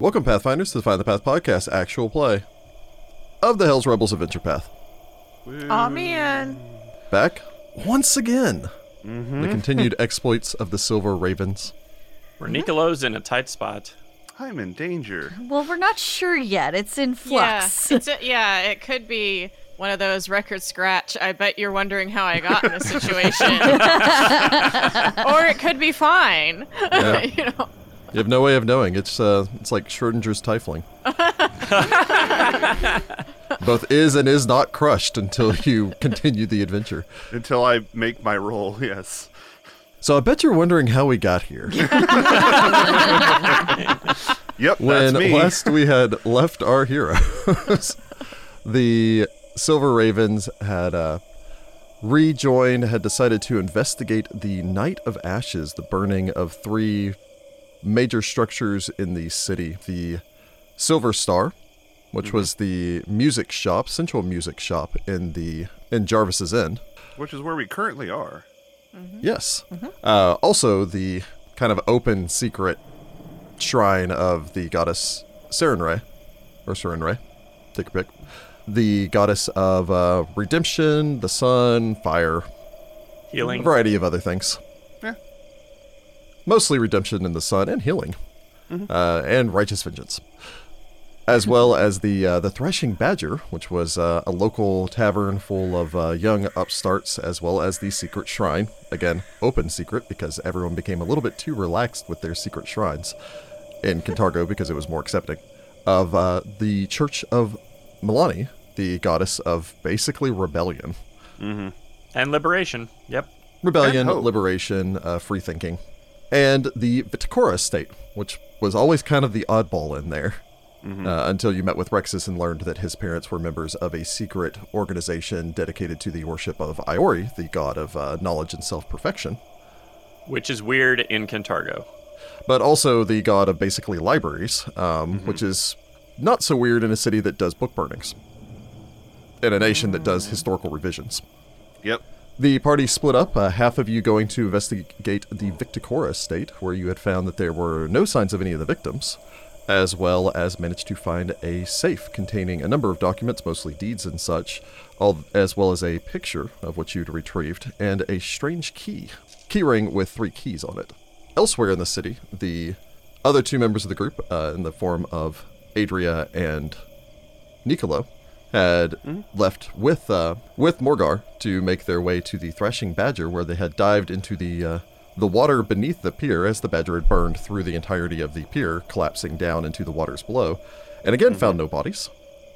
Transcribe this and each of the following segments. Welcome, Pathfinders, to the Find the Path podcast, actual play of the Hell's Rebels Adventure Path. Mm. Aw, man. Back once again, the continued exploits of the Silver Ravens. Where Niccolo's in a tight spot. I'm in danger. Well, we're not sure yet. It's in flux. Yeah, it's a- yeah, it could be one of those record scratch. I bet you're wondering how I got in this situation. or it could be fine. Yeah. you know, You have no way of knowing. It's uh, it's like Schrodinger's Tifling. Both is and is not crushed until you continue the adventure. Until I make my roll, yes. So I bet you're wondering how we got here. Yep, when that's me. last we had left our heroes, the Silver Ravens had uh, rejoined, had decided to investigate the Night of Ashes, the burning of three major structures in the city. The Silver Star, which Mm-hmm. was the music shop, central music shop in the in Jarvis's Inn. Which is where we currently are. Yes. Uh, also, the kind of open secret shrine of the goddess Serenrae, or Serenrae, take a pick. The goddess of uh, redemption, the sun, fire, a Healing. variety of other things. Yeah. Mostly redemption and the sun, and healing, uh, and righteous vengeance, as well as the uh, the threshing badger, which was uh, a local tavern full of uh, young upstarts, as well as the secret shrine. Again, open secret because everyone became a little bit too relaxed with their secret shrines in Cantargo because it was more accepting of uh, the Church of Milani, the goddess of basically rebellion And liberation. Yep. rebellion, And hope. liberation, uh, free thinking, and the Viticora state, which was always kind of the oddball in there uh, until you met with Rexus and learned that his parents were members of a secret organization dedicated to the worship of Iori, the god of uh, knowledge and self perfection, Which is weird in Cantargo. but also the god of basically libraries, um, which is not so weird in a city that does book burnings, in a nation that does historical revisions. Yep. The party split up, uh, half of you going to investigate the Victicora estate, where you had found that there were no signs of any of the victims, as well as managed to find a safe containing a number of documents, mostly deeds and such, all, as well as a picture of what you'd retrieved, and a strange key, keyring with three keys on it. Elsewhere in the city, the other two members of the group, uh, in the form of Adria and Nicolo had left with uh, with Morgar to make their way to the Threshing Badger, where they had dived into the uh, the water beneath the pier as the badger had burned through the entirety of the pier, collapsing down into the waters below, and again found no bodies.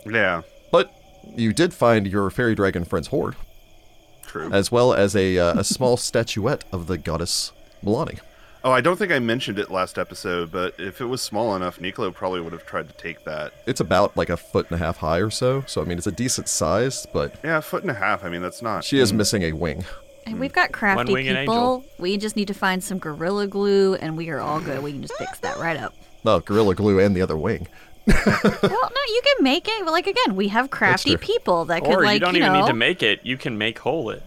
Yeah, But you did find your fairy dragon friend's hoard, true. as well as a uh, a small statuette of the goddess Milani. Oh, I don't think I mentioned it last episode, but if it was small enough, Nicolo probably would have tried to take that. It's about like a foot and a half high or so, so I mean it's a decent size, but Yeah, a foot and a half. I mean, that's not. she is missing a wing. And we've got crafty winged people. angel. We just need to find some gorilla glue, and we are all good. We can just fix that right up. Oh, gorilla glue and the other wing. well, no, you can make it. Well, Like again, we have crafty true. people that could Or like you don't even know. need to make it. You can make whole it.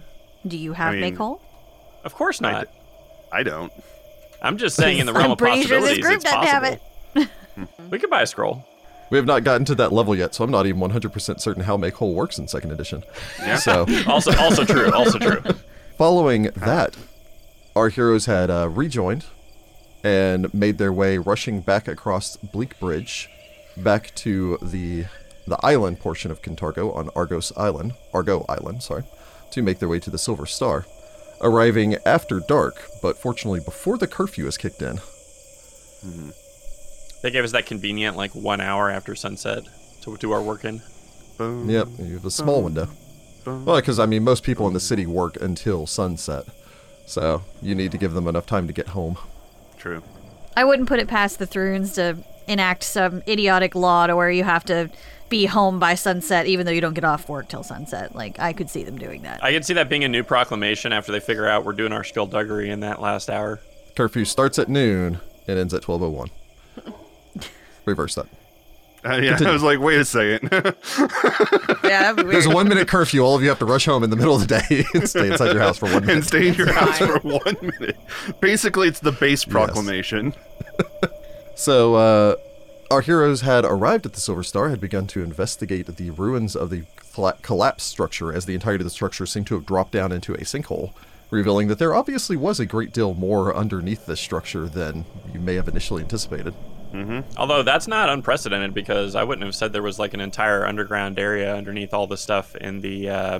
do you have I mean- make whole? Of course I, not. d- I don't. I'm just saying in the realm I'm of pretty sure possibilities, this group it's doesn't have possible. we could buy a scroll. We have not gotten to that level yet, so I'm not even 100% certain how Make Whole works in second edition. So, Also, also true. Also true. following that, our heroes had uh, rejoined and made their way rushing back across Bleak Bridge back to the the island portion of Cantargo on Argos Island, Argo Island, sorry, to make their way to the Silver Star, arriving after dark, but fortunately before the curfew is kicked in. They gave us that convenient like one hour after sunset to do our work in. Boom. Yep, you have a small window. Well, because I mean, most people in the city work until sunset, so you need to give them enough time to get home. True. I wouldn't put it past the Throons to enact some idiotic law to where you have to be home by sunset, even though you don't get off work till sunset. Like I could see them doing that. I could see that being a new proclamation after they figure out we're doing our skullduggery in that last hour. Curfew starts at noon and ends at twelve oh one. Reverse that. Uh, yeah, I was like, wait a second. yeah, that'd be There's weird. a one minute curfew. All of you have to rush home in the middle of the day and stay inside your house for one and minute. stay in your house fine. for one minute. Basically, it's the base proclamation. So, uh, Our heroes had arrived at the Silver Star, had begun to investigate the ruins of the colla- collapsed structure, as the entirety of the structure seemed to have dropped down into a sinkhole, revealing that there obviously was a great deal more underneath this structure than you may have initially anticipated. Although that's not unprecedented because I wouldn't have said there was like an entire underground area underneath all the stuff in the uh,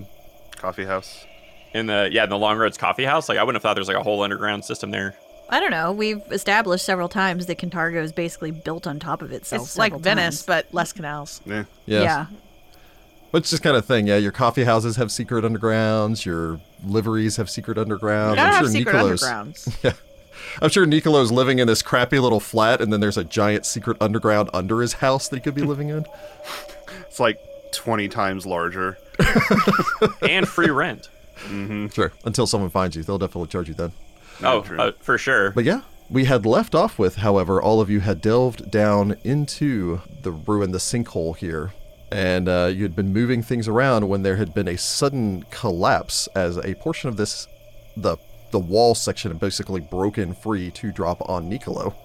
Coffee house. in the yeah in the Long Roads Coffee House. Like I wouldn't have thought there's like a whole underground system there. I don't know. We've established several times that Cantargo is basically built on top of itself. It's like several Venice, times. but less canals. Yeah. Yes. Yeah. But it's just kind of thing, yeah. Your coffee houses have secret undergrounds. Your liveries have secret undergrounds. You gotta I'm have sure secret Nicolo's. undergrounds. I'm sure Nicolo's living in this crappy little flat, and then there's a giant secret underground under his house that he could be living in. It's like 20 times larger. and free rent. Sure. Until someone finds you, they'll definitely charge you then. Oh, true. uh, for sure. But yeah, we had left off with, however, all of you had delved down into the ruin, the sinkhole here, and uh, you had been moving things around when there had been a sudden collapse as a portion of this, the the wall section, had basically broken free to drop on Nicolo.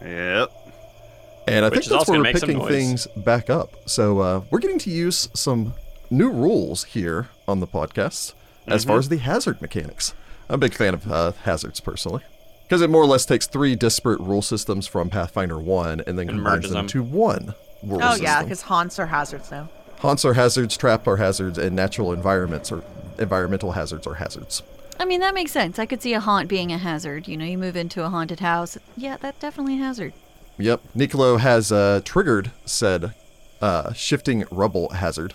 Yep. And I Which think is that's also where gonna we're make some picking noise. things back up. So uh, we're getting to use some new rules here on the podcast as Mm-hmm. far as the hazard mechanics. I'm a big fan of uh, hazards personally because it more or less takes three disparate rule systems from Pathfinder 1 and then combines merges them them. to one rule Oh system. yeah, because haunts are hazards now. Haunts are hazards, trap are hazards, and natural environments are environmental hazards are hazards. I mean, that makes sense. I could see a haunt being a hazard. You know, you move into a haunted house. Yeah, that's definitely a hazard. Yep. Nicolo has uh, triggered said uh, shifting rubble hazard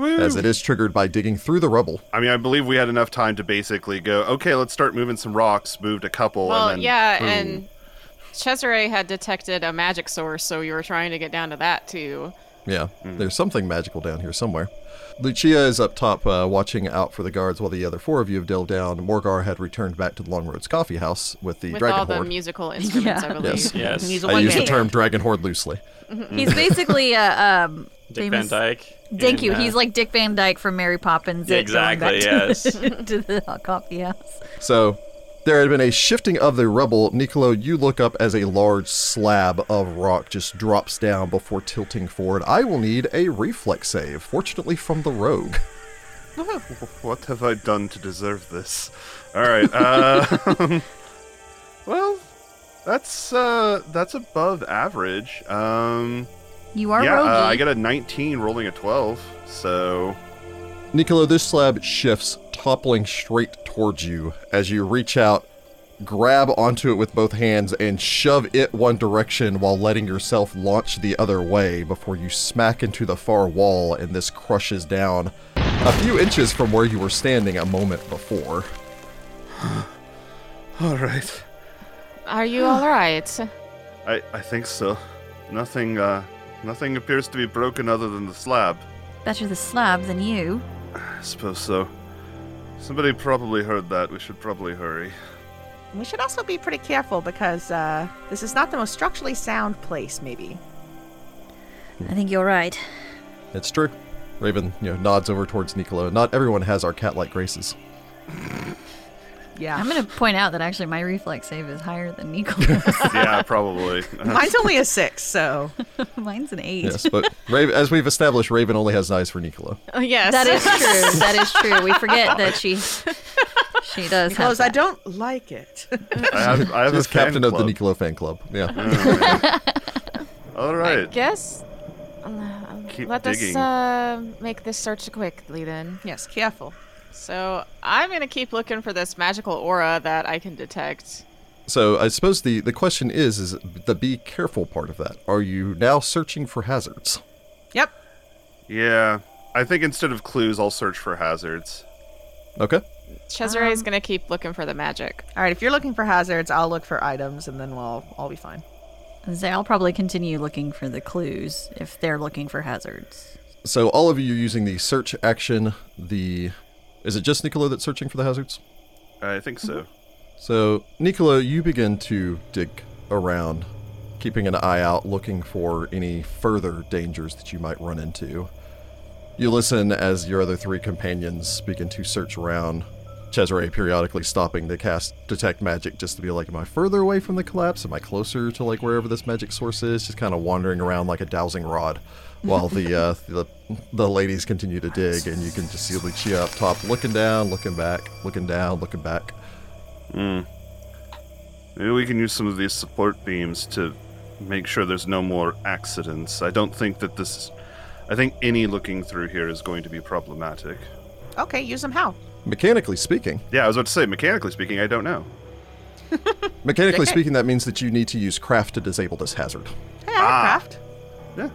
as it is triggered by digging through the rubble. I mean, I believe we had enough time to basically go, okay, let's start moving some rocks, moved a couple, Well, and then. yeah, boom. and Cesare had detected a magic source, so you were trying to get down to that too. Yeah, there's something magical down here somewhere. Lucia is up top uh, watching out for the guards while the other four of you have delved down. Morgar had returned back to the Long Roads Coffee House with the With Dragon all the Horde. musical instruments, I believe. Yes. Yes. He's a I one use the man. term Dragon Horde loosely. He's basically a um, Mm. Dick famous. Van Dyke. Thank in, you. uh, He's like Dick Van Dyke from Mary Poppins. at going back Exactly, to- yes. to the coffee house. So there had been a shifting of the rubble. Nicolo, you look up as a large slab of rock just drops down before tilting forward. I will need a reflex save, fortunately from the rogue. What have I done to deserve this? All right. Uh, well, that's uh, that's above average. Um, You are yeah, roguey. uh, I got a 19 rolling a 12, so Nicolo, this slab shifts, toppling straight towards you as you reach out, grab onto it with both hands, and shove it one direction while letting yourself launch the other way before you smack into the far wall and this crushes down a few inches from where you were standing a moment before. all right. Are you all right? I I think so. Nothing uh, nothing appears to be broken other than the slab. Better the slab than you. I suppose so. Somebody probably heard that. We should probably hurry. We should also be pretty careful because uh, this is not the most structurally sound place. Maybe I think you're right. It's true. Raven, you know, nods over towards Nicolo. Not everyone has our cat-like graces. yeah. I'm gonna point out that actually my reflex save is higher than Nicole's. yeah, probably. Mine's only a six, so Mine's an eight. Yes, but Raven, as we've established, Raven only has eyes for Nicolo. Uh, yes. That is true. That is true. We forget that she she does. because I have that. don't like it. I have, I have a She's captain fan of the club. Nicolo fan club. Yeah. All I right. guess. um, Keep Let us digging. uh, make this search quickly then. yes, careful. So I'm gonna keep looking for this magical aura that I can detect. So I suppose the, the question is is the be careful part of that. Are you now searching for hazards? Yep. Yeah. I think instead of clues, I'll search for hazards. Okay. Cesare is gonna keep looking for the magic. All right. If you're looking for hazards, I'll look for items, and then we'll all be fine. I say I'll probably continue looking for the clues if they're looking for hazards. So all of you are using the search action, the is it just Nicolo that's searching for the hazards? I think so. So Nicolo, you begin to dig around, keeping an eye out, looking for any further dangers that you might run into. You listen as your other three companions begin to search around, Cesare periodically stopping to cast detect magic just to be like, am I further away from the collapse? Am I closer to like wherever this magic source is? Just kind of wandering around like a dowsing rod, while the uh, the the ladies continue to dig, and you can just see Lucia up top looking down, looking back, looking down, looking back. Maybe we can use some of these support beams to make sure there's no more accidents. I don't think that this. I think any looking through here is going to be problematic. Okay, use them how? Mechanically speaking, Yeah, I was about to say, mechanically speaking, I don't know. mechanically speaking, that means that you need to use craft to disable this hazard. Hey, I have Ah. craft. Yeah.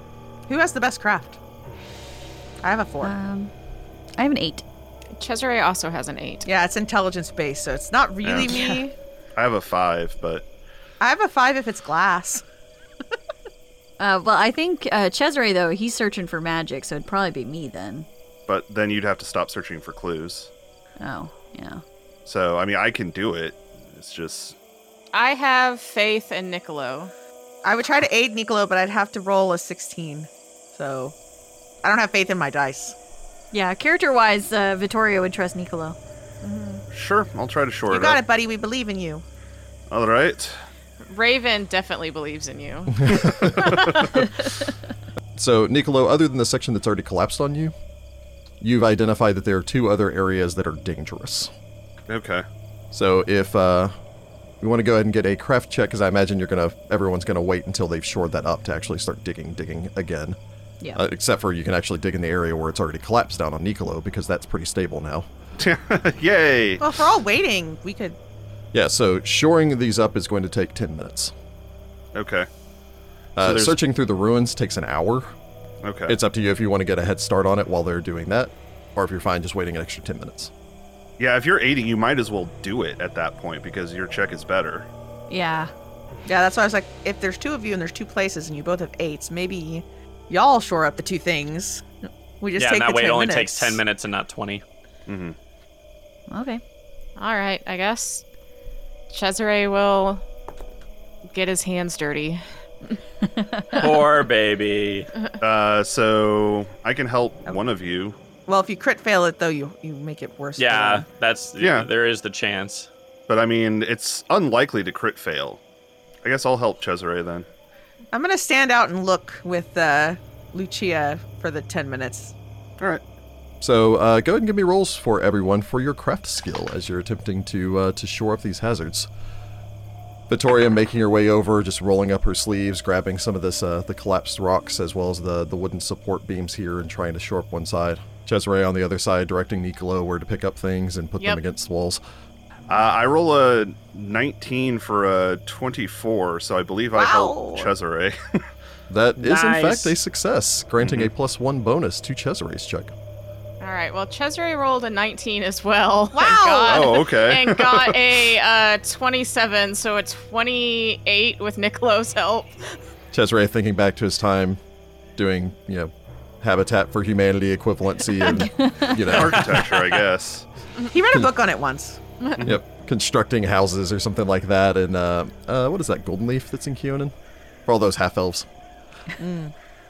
Who has the best craft? I have a four. Um, I have an eight. Cesare also has an eight. yeah, it's intelligence based, so it's not really me. I have a five, but I have a five if it's glass. Uh, well, I think uh, Cesare though he's searching for magic, so it'd probably be me then. but then you'd have to stop searching for clues. Oh, yeah. So I mean, I can do it. It's just I have Faith and Niccolo. I would try to aid Nicolo, but I'd have to roll a 16. So I don't have faith in my dice. Yeah, character wise, uh, Vittorio would trust Niccolo. sure. I'll try to shore You it got up. it, buddy. We believe in you. All right. Raven definitely believes in you. So, Niccolo, other than the section that's already collapsed on you, you've identified that there are two other areas that are dangerous. Okay. So if uh, we want to go ahead and get a craft check, because I imagine you're gonna, everyone's gonna wait until they've shored that up to actually start digging, digging again. Yeah. Uh, except for you can actually dig in the area where it's already collapsed down on Nicolo, because that's pretty stable now. Yay. Well, if we're all waiting, we could. Yeah. So shoring these up is going to take ten minutes. Okay. Uh, there's- searching through the ruins takes an hour. Okay. It's up to you if you want to get a head start on it while they're doing that, or if you're fine just waiting an extra ten minutes. yeah. If you're aiding, you might as well do it at that point because your check is better. Yeah. Yeah, that's why I was like, if there's two of you and there's two places and you both have eights, maybe y'all shore up the two things. We just yeah, and take that the way 10 it only minutes. takes 10 minutes and not 20. Okay. All right, I guess Cesare will get his hands dirty. Poor baby. Uh, so I can help one of you. Well, if you crit fail it though, you you make it worse. Uh, for Yeah, them. that's Yeah. yeah. There is the chance. But I mean, it's unlikely to crit fail. I guess I'll help Cesare then. I'm gonna stand out and look with uh, Lucia for the ten minutes. All right. So uh, go ahead and give me rolls for everyone for your craft skill as you're attempting to uh, to shore up these hazards. Vittoria making her way over, just rolling up her sleeves, grabbing some of this uh, the collapsed rocks as well as the the wooden support beams here, and trying to shore up one side. Cesare on the other side, directing Niccolo where to pick up things and put Yep. them against walls. Uh, I roll a 19 for a 24, so I believe I help Wow. Cesare. That is in fact Nice. a success, granting a plus one bonus to Cesare's check. All right, well, Cesare rolled a 19 as well. Wow. oh, okay. And got a uh, 27, so a 28 with Niccolo's help. Cesare thinking back to his time doing you know Habitat for Humanity equivalency and you know Architecture, I guess. He read a book on it once. Yep, constructing houses or something like that. And uh, uh, what is that golden leaf that's in Keonan? For all those half elves.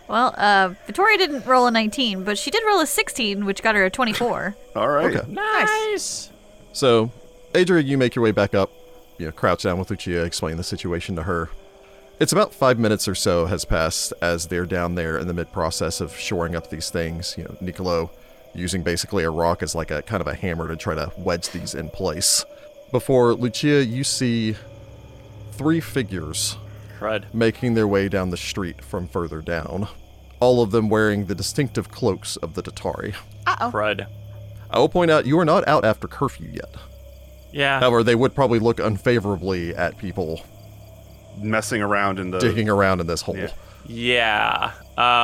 Well, uh, Vittoria didn't roll a 19, but she did roll a 16, which got her a 24. All right. Okay. Nice. So, Adria, you make your way back up. You know, crouch down with Lucia, explain the situation to her. It's about five minutes or so has passed as they're down there in the mid process of shoring up these things. You know, Niccolo using basically a rock as like a kind of a hammer to try to wedge these in place. Before Lucia, you see three figures Crud. making their way down the street from further down, all of them wearing the distinctive cloaks of the Tatari. Crud. I will point out you are not out after curfew yet. Yeah. However, they would probably look unfavorably at people Messing around in the. digging around in this hole. Oh. yeah. Yeah.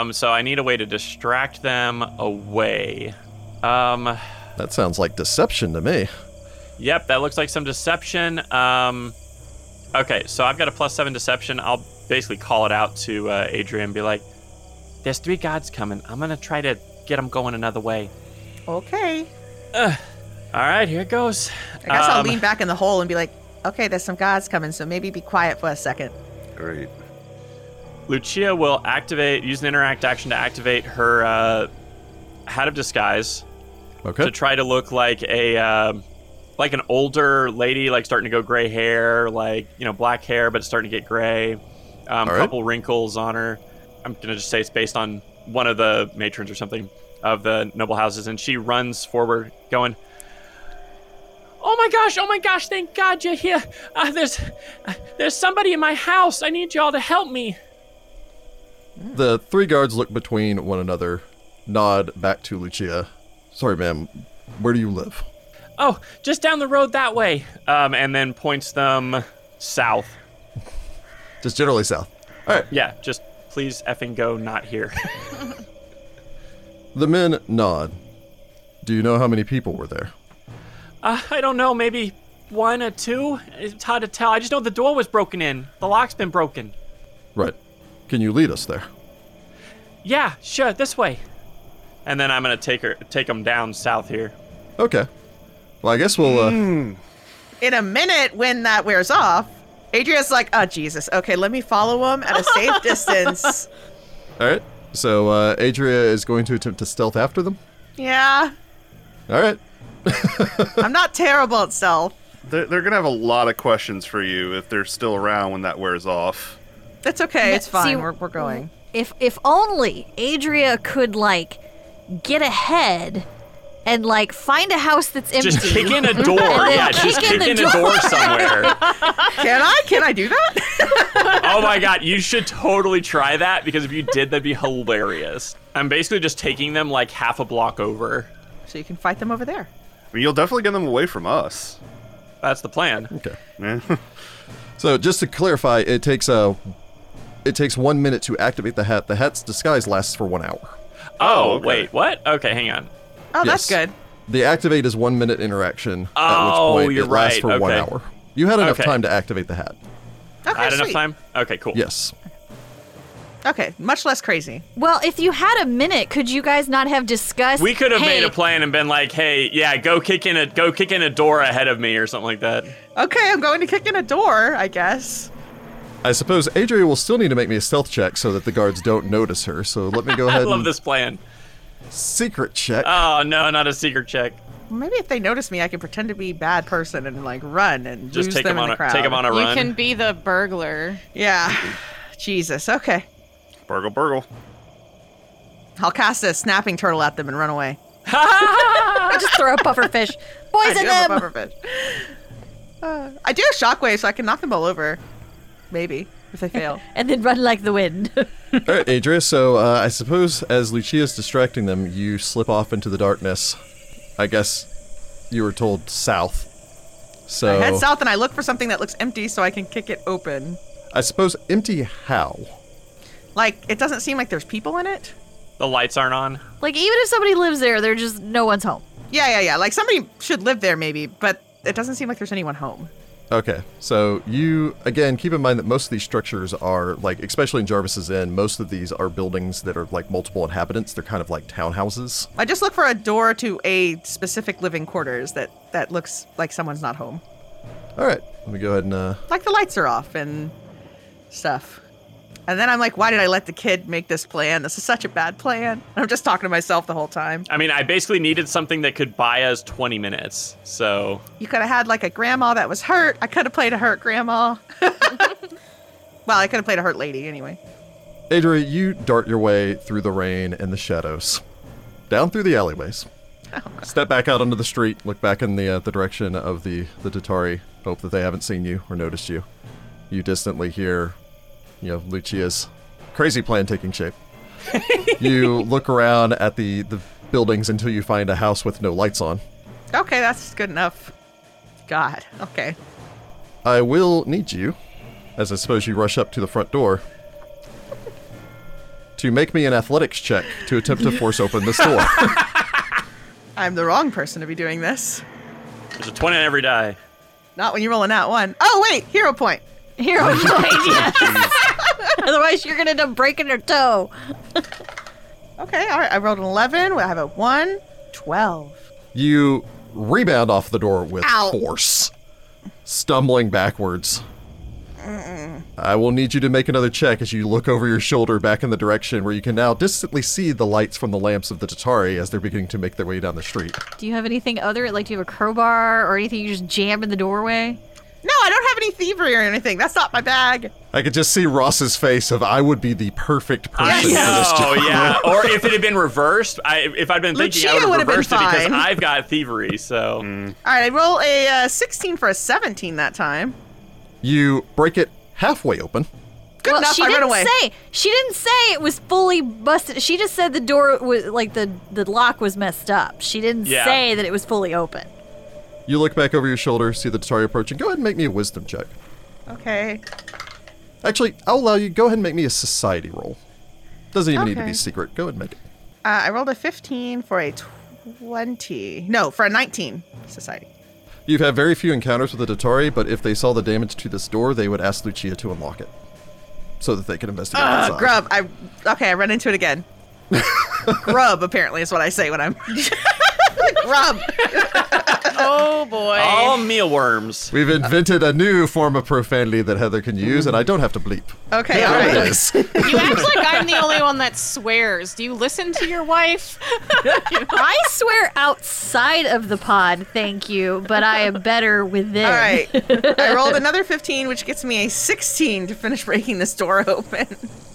Um, so I need a way to distract them away. Um, That sounds like deception to me. yep, that looks like some deception. Um, okay, so I've got a plus seven deception. I'll basically call it out to uh, Adrian and be like, there's three gods coming. I'm going to try to get them going another way. Okay. All right, here it goes. I guess I'll Um, lean back in the hole and be like, okay, there's some gods coming, so maybe be quiet for a second. Great. Lucia will activate, use an interact action to activate her uh, hat of disguise Okay. to try to look like a um like an older lady, like starting to go gray hair, like you know black hair, but it's starting to get gray. Um, right. couple wrinkles on her. I'm gonna just say it's based on one of the matrons or something of the noble houses, and she runs forward, going. Oh my gosh! Oh my gosh! Thank God you're here. Uh, there's, uh, there's somebody in my house. I need y'all to help me. The three guards look between one another, nod back to Lucia. Sorry, ma'am. Where do you live? Oh, just down the road that way. Um, and then points them south. Just generally south. All right. Yeah, just please effing go not here. The men nod. Do you know how many people were there? uh, I don't know, maybe one or two? It's hard to tell. I just know the door was broken in. The lock's been broken. Right. Can you lead us there? Yeah, sure, this way. And then I'm gonna take her, take them down south here. Okay. Well, I guess we'll. Uh, In a minute, when that wears off, Adrian's like, oh, Jesus. Okay, let me follow him at a safe distance. All right. So uh, Adria is going to attempt to stealth after them. Yeah. All right. I'm not terrible at stealth. They're, they're gonna have a lot of questions for you if they're still around when that wears off. That's okay. Yeah, it's fine. see- we're, we're going. If if only Adria could like get ahead and like find a house that's empty. Just kick in a door. And then yeah, just kick in kick the in a door somewhere. Can I? Can I do that? Oh my god, you should totally try that because if you did, that'd be hilarious. I'm basically just taking them like half a block over. so you can fight them over there. I mean, you'll definitely get them away from us. That's the plan. Okay. Eh. So just to clarify, it takes a. It takes one minute to activate the hat. The hat's disguise lasts for one hour. Oh, okay. wait, what? Okay, hang on. Oh, that's Yes. good. The activate is one minute interaction. Oh, at which point you're it lasts right. for one Okay. hour. You had enough Okay. time to activate the hat. Okay, I had enough sweet. time? Okay, cool. Yes. Okay, much less crazy. Well, if you had a minute, could you guys not have discussed? We could have "Hey, made a plan and been like, "Hey, yeah, go kick in a go kick in a door ahead of me or something like that." Okay, I'm going to kick in a door, I guess. I suppose Adria will still need to make me a stealth check so that the guards don't notice her. So let me go I ahead love and this plan. secret check. Oh no, not a secret check. Maybe if they notice me, I can pretend to be a bad person and like run and Just lose take them him in on the a crowd. take him on a You run. can be the burglar. Yeah. Jesus. Okay. burgle, burgle. I'll cast a snapping turtle at them and run away. I just throw a puffer fish. I Poison do have a them. bumper fish. Uh, I do have shockwave, so I can knock them all over. Maybe if they fail. And then run like the wind. All right, Adria. So uh, I suppose as Lucia's distracting them, you slip off into the darkness. I guess you were told south. So I head south and I look for something that looks empty, so I can kick it open. I suppose empty how? Like it doesn't seem like there's people in it. the lights aren't on. like even if somebody lives there, they're just no one's home. Yeah, yeah, yeah. Like somebody should live there, maybe, but it doesn't seem like there's anyone home. Okay, so you again keep in mind that most of these structures are like, especially in Jarvis's Inn, most of these are buildings that are like multiple inhabitants. They're kind of like townhouses. I just look for a door to a specific living quarters that that looks like someone's not home. All right, let me go ahead and uh, Like the lights are off and stuff. And then I'm like, why did I let the kid make this plan? This is such a bad plan. I'm just talking to myself the whole time. I mean, I basically needed something that could buy us 20 minutes. So, You could have had like a grandma that was hurt. I could have played a hurt grandma. well, I could have played a hurt lady anyway. Adria, you dart your way through the rain and the shadows, down through the alleyways. Step back out onto the street, look back in the uh, the direction of the the Tatari, hope that they haven't seen you or noticed you. You distantly hear, you know, Lucia's crazy plan taking shape. you look around at the the buildings until you find a house with no lights on. Okay, that's good enough. God. Okay. I will need you, as I suppose you rush up to the front door, to make me an athletics check to attempt to force open this door. I'm the wrong person to be doing this. there's a 20 on every die. Not when you're rolling out one. Oh wait, hero point. Hero point, yes. Otherwise, you're gonna end up breaking your toe. Okay, all right. I rolled an 11. I have a 1, 12. You rebound off the door with Ow. force, stumbling backwards. I will need you to make another check as you look over your shoulder back in the direction where you can now distantly see the lights from the lamps of the Tatari as they're beginning to make their way down the street. Do you have anything other? Like, do you have a crowbar or anything you just jam in the doorway? No, I don't have any thievery or anything. That's not my bag. I could just see Ross's face of I would be the perfect person for this job. Oh yeah. Or if it had been reversed, I if I'd been thinking, Lucia I would would've have been reversed it because fine. I've got thievery. So Mm. All right, I roll a uh, 16 for a 17 that time. You break it halfway open. Good well, enough. she I didn't ran away. say. She didn't say it was fully busted. She just said the door was like the the lock was messed up. She didn't Yeah. say that it was fully open. You look back over your shoulder, see the Tatari approaching. Go ahead and make me a wisdom check. Okay. uh, Actually, I'll allow you. Go ahead and make me a society roll. Doesn't even need to be Okay. secret. Go ahead and make it. Uh, I rolled a 15 for a 20. No, for a 19. Society. You've had very few encounters with the Tatari, but if they saw the damage to this door, they would ask Lucia to unlock it so that they could investigate Uh, inside. grub. I okay. I run into it again. grub apparently is what I say when I'm grub. Oh boy. all mealworms. We've invented a new form of profanity that Heather can use, and I don't have to bleep. Okay, all There it right. is. You act like I'm the only one that swears. Do you listen to your wife? I swear outside of the pod, thank you, but I am better within. All right. I rolled another 15, which gets me a 16 to finish breaking this door open.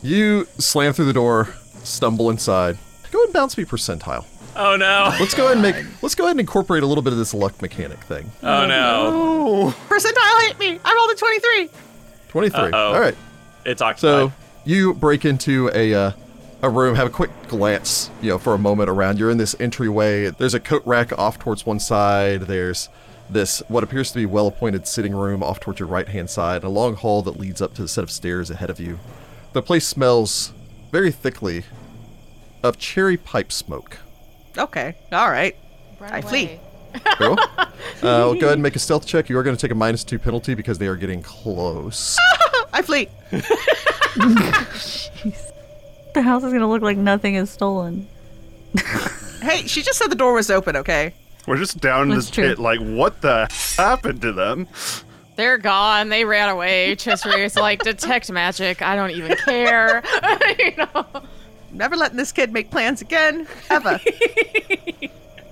You slam through the door, stumble inside. Go ahead and bounce me percentile. Oh no. Let's go ahead and make. Let's go ahead and incorporate a little bit of this luck mechanic thing. Oh no. Percentile hit me. I rolled a 23. Twenty-three. Uh-oh. All right. It's So occupied. you break into a uh, a room, have a quick glance, you know, for a moment around. You're in this entryway. There's a coat rack off towards one side. There's this what appears to be well-appointed sitting room off towards your right-hand side. A long hall that leads up to the set of stairs ahead of you. The place smells very thickly of cherry pipe smoke. Okay. All right. I flee. Cool. Uh, well, go ahead and make a stealth check. You are going to take a minus two penalty because they are getting close. I flee. The house is gonna look like nothing is stolen. Hey, she just said the door was open, okay? We're just down in That's this true. pit. Like, what the happened to them? They're gone. They ran away. Chesree's like, detect magic. I don't even care. you know? Never letting this kid make plans again, ever.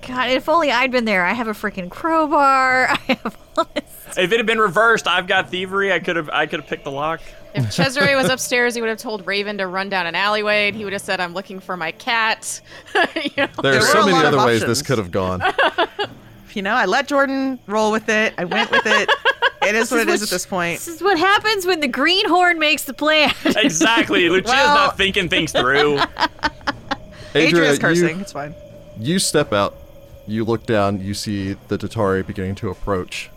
God, if only I'd been there. I have a freaking crowbar. I have all this. if it had been reversed, I've got thievery. I could have. I could have picked the lock. If Cesare was upstairs, he would have told Raven to run down an alleyway, and he would have said, I'm looking for my cat. you know? There are There were so a many lot of other ways this options. could have gone. you know, I let Jordan roll with it. I went with it. It is what it is at this This point. is what happens when the greenhorn makes the plan. Exactly. Lucia's Well- not thinking things through. Adria, Adria's you- cursing. It's fine. You step out, you look down, you see the Tatari beginning to approach.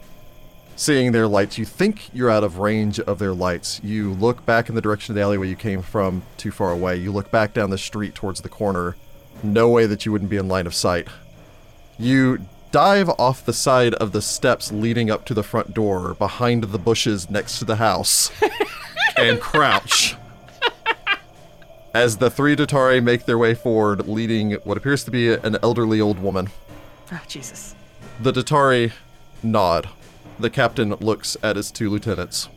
Seeing their lights, you think you're out of range of their lights. You look back in the direction of the alleyway you came from, too far away. You look back down the street towards the corner. No way that you wouldn't be in line of sight. You dive off the side of the steps leading up to the front door, behind the bushes next to the house, and crouch. As the three Datari make their way forward, leading what appears to be an elderly old woman, Oh, Jesus. the Datari nod. The captain looks at his two lieutenants.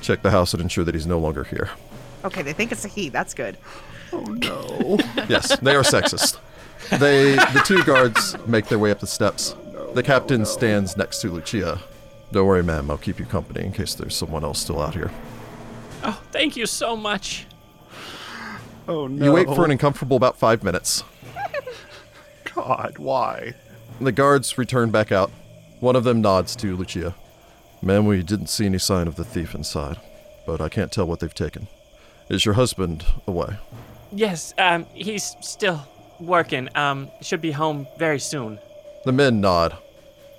Check the house and ensure that he's no longer here. Okay, they think it's a he. That's good. Yes, they are sexist. They, the two guards, make their way up the steps. The captain stands next to Lucia. Don't worry, ma'am. I'll keep you company in case there's someone else still out here. Oh, thank you so much. Oh no! You wait for an uncomfortable about five minutes. God, why? The guards return back out. One of them nods to Lucia. Ma'am, we didn't see any sign of the thief inside, but I can't tell what they've taken. Is your husband away? Yes. Um. He's still working. Um. Should be home very soon. The men nod,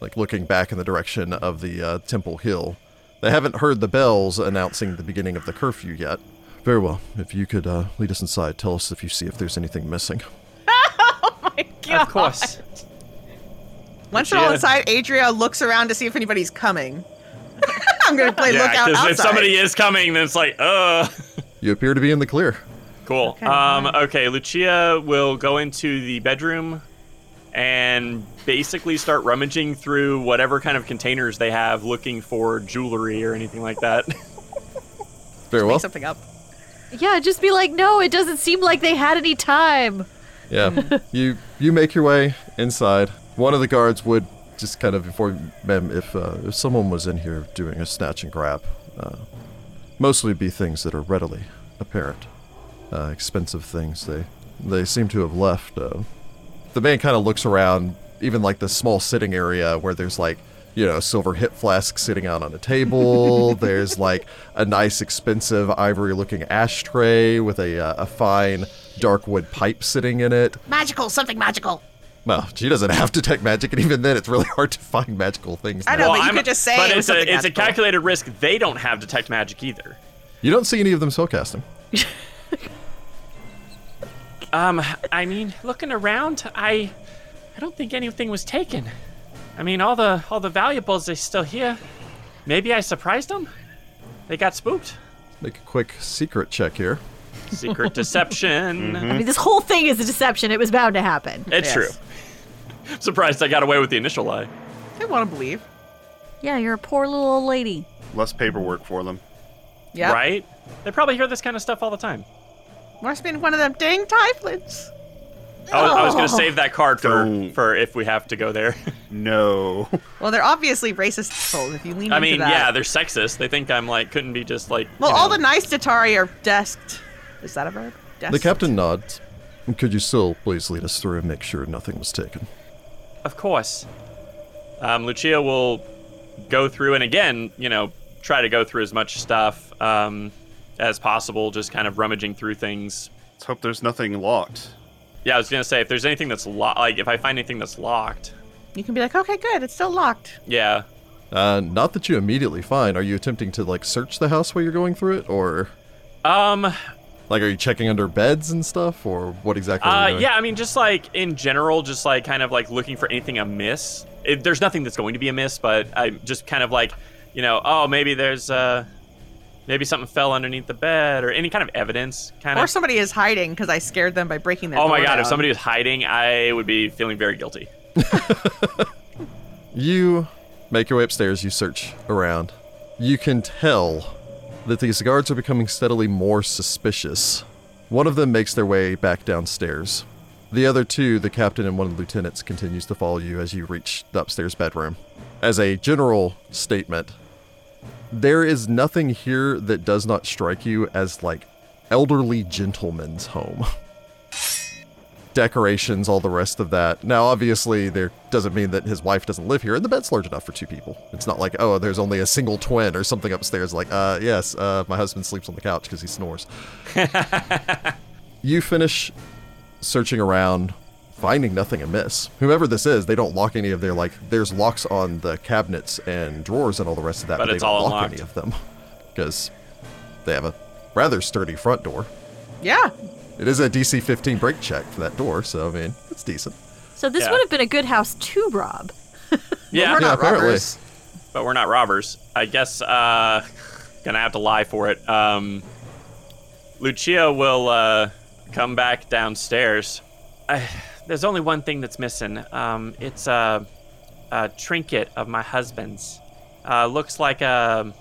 like looking back in the direction of the uh, Temple Hill. They haven't heard the bells announcing the beginning of the curfew yet. Very well. If you could uh, lead us inside, tell us if you see if there's anything missing. Of course. Once they're all Yeah. inside, Adria looks around to see if anybody's coming. I'm gonna play yeah. lookout outside. if somebody is coming, then it's like, uh. You appear to be in the clear. Cool. um, okay, Lucia will go into the bedroom and basically start rummaging through whatever kind of containers they have looking for jewelry or anything like that. Very Make well. something up. Yeah, just be like, no, it doesn't seem like they had any time. Yeah. you you make your way inside. One of the guards would just kind of inform ma'am if uh, if someone was in here doing a snatch and grab. Uh, mostly be things that are readily apparent, uh, expensive things. They they seem to have left. Uh, the man kind of looks around, even like the small sitting area where there's like, you know, silver hip flask sitting out on a table. there's like a nice, expensive ivory looking ashtray with a, uh, a fine dark wood pipe sitting in it. Magical, something magical. Well, she doesn't have to detect magic, and even then, it's really hard to find magical things. I now. know, but you could just say But it it's, was a, something it's a magical. calculated risk. They don't have detect magic either. You don't see any of them spellcasting. Um, I mean, looking around, I, I don't think anything was taken. I mean, all the all the valuables are still here. Maybe I surprised them. They got spooked. Make a quick secret check here. Secret deception. I mean, this whole thing is a deception. It was bound to happen. It's Mm-hmm. Yes. true. Surprised I got away with the initial lie. I want to believe. Yeah, you're a poor little old lady. Less paperwork for them. Yeah. Right? They probably hear this kind of stuff all the time. Must have been one of them dang typhlids. I was, I was Oh. going to save that card for Don't. for if we have to go there. No. Well, they're obviously racist assholes if you lean I into mean, that. yeah, they're sexist. They think I'm like couldn't be just like. Well, you all know. the nice Datari are desked. Is that a verb? Desked. The captain nods. Could you still please lead us through and make sure nothing was taken? Of course. Um, Lucia will go through and again, you know, try to go through as much stuff um, as possible, just kind of rummaging through things. Let's hope there's nothing locked. Yeah, I was gonna say if there's anything that's locked, like if I find anything that's locked, You can be like, okay, good, it's still locked. yeah. Uh, not that you immediately find. Are you attempting to like search the house while you're going through it, or Um, like are you checking under beds and stuff, or what exactly? are you Uh, doing? yeah, I mean, just like in general, just like kind of like looking for anything amiss. If there's nothing that's going to be amiss, but I just kind of like, you know, oh, maybe there's uh, maybe something fell underneath the bed or any kind of evidence, kind Or of. somebody is hiding because I scared them by breaking their Oh my door god, down. if somebody was hiding, I would be feeling very guilty. You make your way upstairs, you search around. You can tell that these guards are becoming steadily more suspicious. One of them makes their way back downstairs. The other two, the captain and one of the lieutenants, continues to follow you as you reach the upstairs bedroom. As a general statement, there is nothing here that does not strike you as like elderly gentleman's home decorations, all the rest of that. Now, obviously, there doesn't mean that his wife doesn't live here, and the bed's large enough for two people. It's not like, oh, there's only a single twin or something upstairs. Like, uh, yes, uh, my husband sleeps on the couch because he snores. you finish searching around, finding nothing amiss. Whomever this is, they don't lock any of their like. There's locks on the cabinets and drawers and all the rest of that, But but, it's they don't all lock unlocked. any of them because they have a rather sturdy front door. Yeah. It is a DC 15 break check for that door, so I mean, it's decent. So this Yeah. would have been a good house to rob. Yeah, We're not apparently. robbers. but we're not robbers. I guess uh, gonna have to lie for it. Um, Lucia will uh, come back downstairs. I, there's only one thing that's missing. Um, it's a, a trinket of my husband's. Uh, looks like a.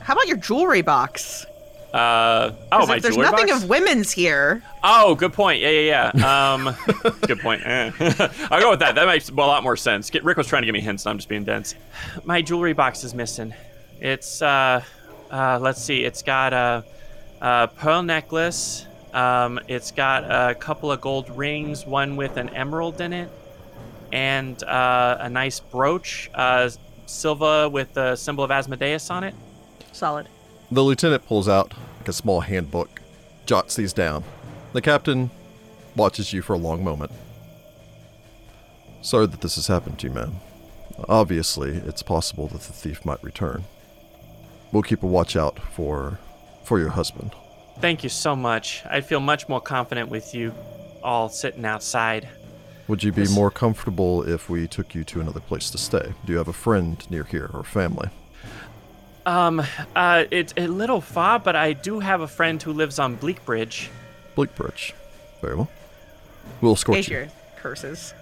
How about your jewelry box? Uh, oh, 'Cause my if there's jewelry nothing box? of women's here. Oh, good point. Yeah, yeah, yeah. Um, good point. Eh. I'll go with that. That makes a lot more sense. Get, Rick was trying to give me hints, and I'm just being dense. My jewelry box is missing. It's uh, uh let's see. It's got a, a pearl necklace. Um, it's got a couple of gold rings, one with an emerald in it, and uh, a nice brooch, uh, silver with the symbol of Asmodeus on it. Solid. The lieutenant pulls out like a small handbook, jots these down. The captain watches you for a long moment. Sorry that this has happened to you, ma'am. Obviously, it's possible that the thief might return. We'll keep a watch out for for your husband. Thank you so much. I feel much more confident with you all sitting outside. Would you be more comfortable if we took you to another place to stay? Do you have a friend near here or family? Um, uh, it's a little far, but I do have a friend who lives on Bleakbridge. Bleakbridge. Very well. We'll escort Hate you. your curses.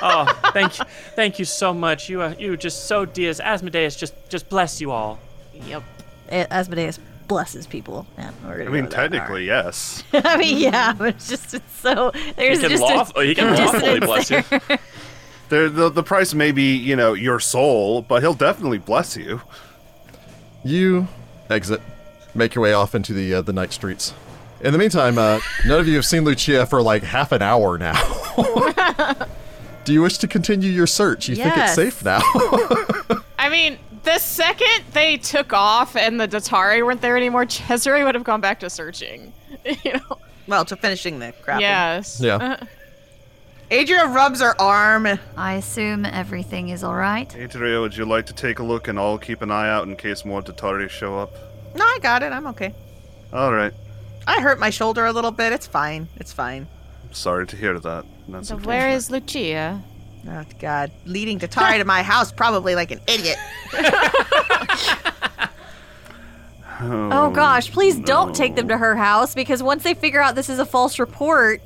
Oh, thank you, thank you so much. You are you are just so dear. Asmodeus, just just bless you all. Yep. A- Asmodeus blesses people. Yeah, we're I gonna mean, go that far. technically, yes. I mean, yeah, but it's just it's so He there's can, just lawful, a he can lawfully dissonance bless you. there. The, the the price may be, you know, your soul, but he'll definitely bless you. You exit, make your way off into the uh, the night streets. In the meantime, uh, none of you have seen Lucia for like half an hour now. Do you wish to continue your search? You think it's Yes. safe now? I mean, the second they took off and the Datari weren't there anymore, Cesare would have gone back to searching. you know? Well, to finishing the crap. Yes. Uh-huh. yeah. Adria rubs her arm. I assume everything is all right. Adria, would you like to take a look and I'll keep an eye out in case more Tatari show up? No, I got it. I'm okay. All right. I hurt my shoulder a little bit. It's fine. It's fine. Sorry to hear that. That's So where unfortunate. is Lucia? Oh God, leading Tatari to my house probably like an idiot. Oh gosh, please don't take them no. to her house because once they figure out this is a false report,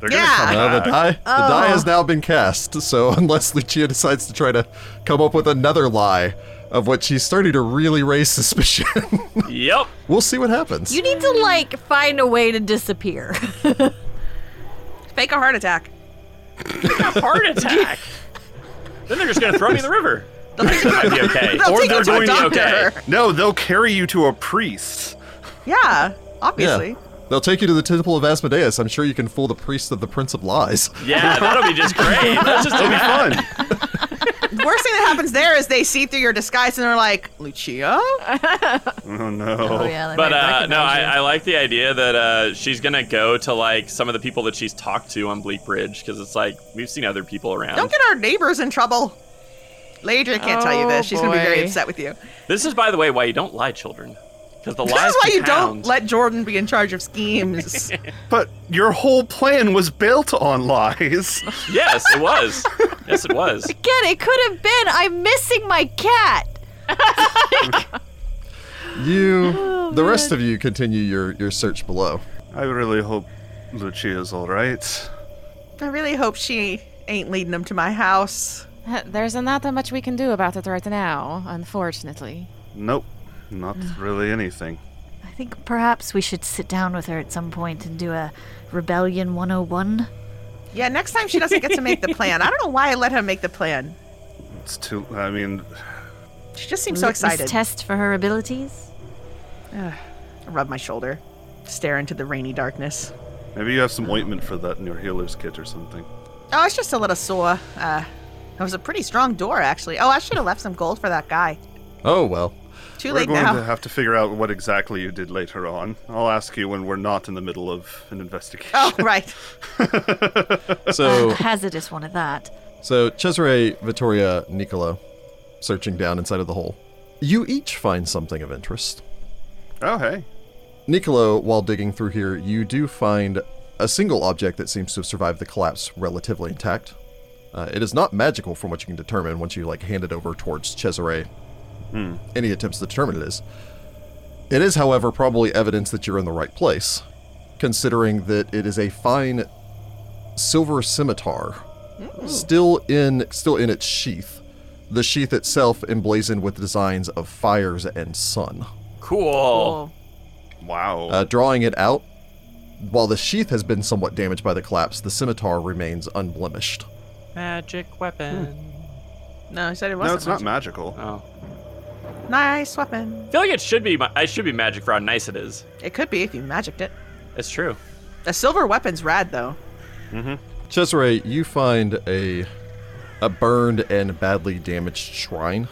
They're Yeah. gonna Uh, come the back. die, the Oh. die has now been cast. So unless Lucia decides to try to come up with another lie, of which she's starting to really raise suspicion, Yep. we'll see what happens. you need to like find a way to disappear. Fake a heart attack. Heart attack. then they're just gonna throw me in the river. I'd be okay. They'll or take they're you to a going to be okay. doctor. No, they'll carry you to a priest. Yeah, obviously. They'll take you to the Temple of Asmodeus. I'm sure you can fool the priest of the Prince of Lies. Yeah, that'll be just great. That's just gonna be fun. The worst thing that happens there is they see through your disguise and they're like, Lucia? Oh no. yeah, they But might uh, no, recognize I, you. I like the idea that uh, she's gonna go to like some of the people that she's talked to on Bleak Bridge because it's like we've seen other people around. Don't get our neighbors in trouble. Ladria can't tell you Oh, this. She's going to be very boy. upset with you. This is, by the way, why you don't lie, children. Because the This lies is why you compound. don't let Jordan be in charge of schemes. But your whole plan was built on lies. Yes, it was. Yes, it was. Again, it could have been I'm missing my cat. You, the rest of you, continue your, your search below. I really hope Lucia's all right. I really hope she ain't leading them to my house. There's not that much we can do about it right now, unfortunately. Nope, not Mm. really anything. I think perhaps we should sit down with her at some point and do a Rebellion 101. Yeah, next time she doesn't get to make the plan. I don't know why I let her make the plan. It's too. I mean, She just seems so Litmus excited. test for her abilities. I rub my shoulder, stare into the rainy darkness. maybe you have some ointment for that in your healer's kit or something. Oh, it's just a little sore. Uh, it was a pretty strong door, actually. Oh, I should have left some gold for that guy. Oh well. Too we're late going now. to have to figure out what exactly you did later on. I'll ask you when we're not in the middle of an investigation. Oh, right. Oh. So Hazardous one at that. So Cesare, Vittoria, Nicola, searching down inside of the hole. You each find something of interest. Oh, hey. Niccolo, while digging through here, you do find a single object that seems to have survived the collapse relatively intact. Uh, it is not magical from what you can determine once you like hand it over towards Cesare. Any attempts to determine it is. It is, however, probably evidence that you're in the right place, considering that it is a fine silver scimitar, still in still in its sheath. The sheath itself emblazoned with designs of fires and sun. Cool. Oh. Wow. Uh, drawing it out, while the sheath has been somewhat damaged by the collapse, the scimitar remains unblemished. Magic weapon. No, he said it no, wasn't. it's not magical. Oh, Nice weapon. I feel like it should be. ma- I should be magic for how nice it is. It could be if you magicked it. It's true. A silver weapon's rad, though. Cesare, you find a a burned and badly damaged shrine.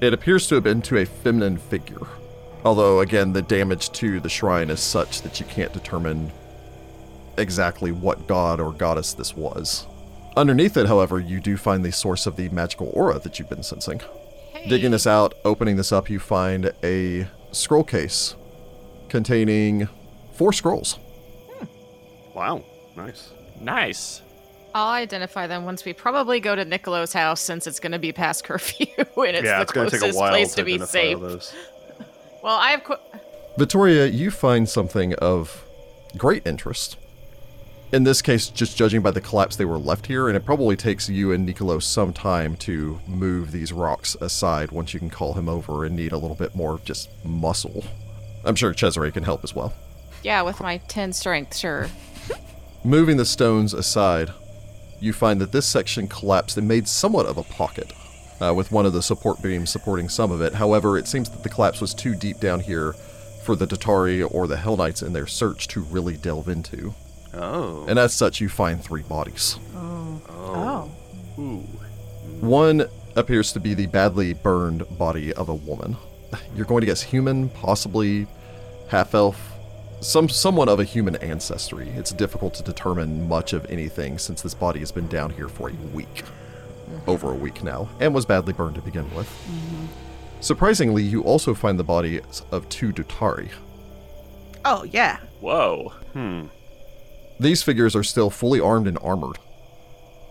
It appears to have been to a feminine figure, although again the damage to the shrine is such that you can't determine exactly what god or goddess this was. Underneath it, however, you do find the source of the magical aura that you've been sensing. Digging this out, opening this up, you find a scroll case containing four scrolls. Wow. Nice. Nice. I'll identify them once we probably go to Niccolo's house since it's going to be past curfew and it's yeah, the it's going to closest take a while place to, to be identify safe. all those. Well, I have. Qu- Vittoria, you find something of great interest. in this case, just judging by the collapse, they were left here, and it probably takes you and Nicolo some time to move these rocks aside once you can call him over and need a little bit more just muscle. I'm sure Cesare can help as well. Yeah, with my 10 strength, sure. Moving the stones aside, you find that this section collapsed and made somewhat of a pocket, uh, with one of the support beams supporting some of it. However, it seems that the collapse was too deep down here for the Tatari or the Hell Knights in their search to really delve into. Oh. And as such, you find three bodies. Oh. Ooh. One appears to be the badly burned body of a woman. You're going to guess human, possibly half elf, some somewhat of a human ancestry. It's difficult to determine much of anything since this body has been down here for a week. Over a week now, and was badly burned to begin with. Surprisingly, you also find the bodies of two Dutari. Oh yeah. Whoa. These figures are still fully armed and armored.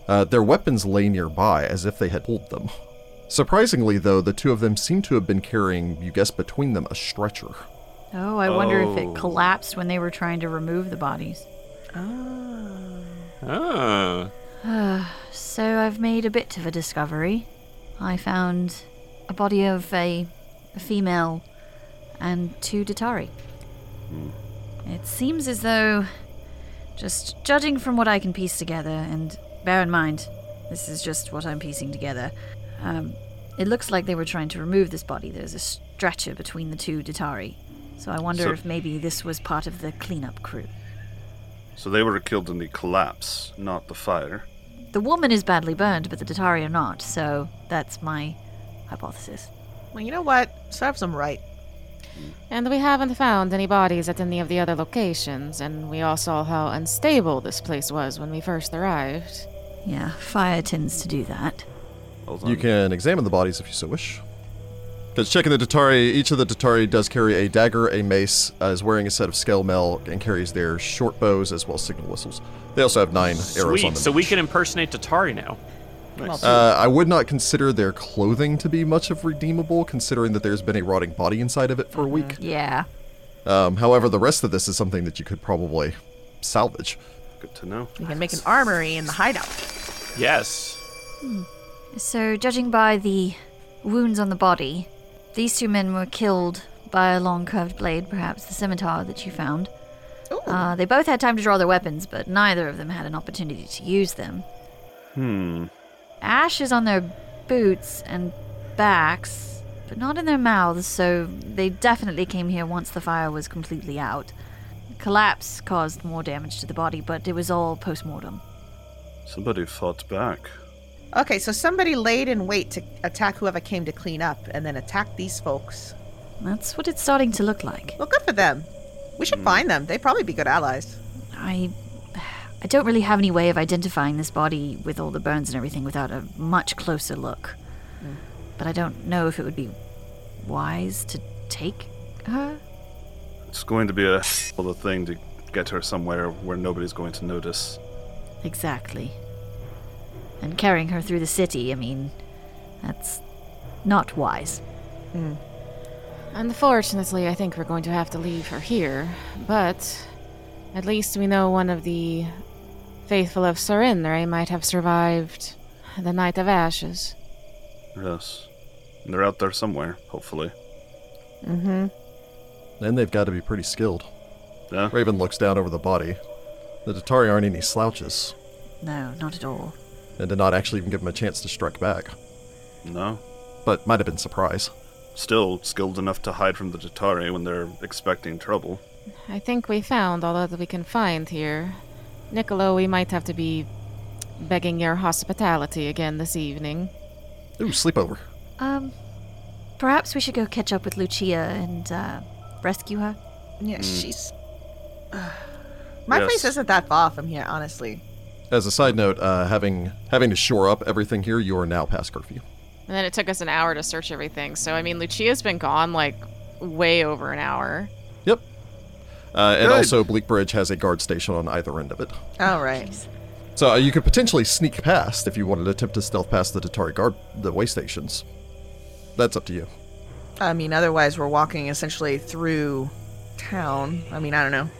Uh, their weapons lay nearby as if they had pulled them. Surprisingly, though, the two of them seem to have been carrying, you guess, between them a stretcher. Oh, I wonder if Oh. it collapsed when they were trying to remove the bodies. Oh. So I've made a bit of a discovery. I found a body of a, a female and two Datari. It seems as though, just judging from what I can piece together, and bear in mind, this is just what I'm piecing together, um, it looks like they were trying to remove this body. There's a stretcher between the two Datari. So I wonder So- if maybe this was part of the cleanup crew. So they were killed in the collapse, not the fire. The woman is badly burned, but the Datari are not, so that's my hypothesis. Well, you know what? Serves them right. And we haven't found any bodies at any of the other locations, and we all saw how unstable this place was when we first arrived. Yeah, fire tends to do that. Hold You on. can examine the bodies if you so wish. Because checking the Datari, each of the Datari does carry a dagger, a mace, uh, is wearing a set of scale mail, and carries their short bows as well as signal whistles. They also have nine arrows on Sweet. them. So we each. can impersonate Tatari now. Uh, I would not consider their clothing to be much of redeemable, considering that there's been a rotting body inside of it for a week. Yeah. Um, however, the rest of this is something that you could probably salvage. Good to know. You can make an armory in the hideout. Yes. So, judging by the wounds on the body, these two men were killed by a long curved blade, perhaps the scimitar that you found. Uh, they both had time to draw their weapons, but neither of them had an opportunity to use them. Hmm. Ashes on their boots and backs, but not in their mouths, so they definitely came here once the fire was completely out. Collapse caused more damage to the body, but it was all post mortem. Somebody fought back. Okay, so somebody laid in wait to attack whoever came to clean up, and then attack these folks. That's what it's starting to look like. Well, good for them. We should find them. They'd probably be good allies. I I don't really have any way of identifying this body with all the burns and everything without a much closer look. But I don't know if it would be wise to take her. It's going to be a hell of a thing to get her somewhere where nobody's going to notice. Exactly. And carrying her through the city, I mean, that's not wise. Unfortunately, I think we're going to have to leave her here, but at least we know one of the faithful of Sarinre might have survived the Night of Ashes. Yes. And they're out there somewhere, hopefully. And they've got to be pretty skilled. Yeah. Raven looks down over the body. The Datari aren't any slouches, No, not at all. and did not actually even give them a chance to strike back, No. but might have been surprised. Still skilled enough to hide from the Tatari when they're expecting trouble. I think we found all that we can find here. Niccolo, we might have to be begging your hospitality again this evening. Ooh, sleepover. Um, perhaps we should go catch up with Lucia and uh, rescue her. Yeah, she's. My Yes. place isn't that far from here, honestly. As a side note, uh, having having to shore up everything here, you are now past curfew. And then it took us an hour to search everything. So, I mean, Lucia's been gone like way over an hour. Yep. Uh, and Good. also, Bleak Bridge has a guard station on either end of it. All right. So uh, you could potentially sneak past if you wanted to attempt to stealth past the Datari guard, the way stations. That's up to you. I mean, otherwise we're walking essentially through town. I mean, I don't know.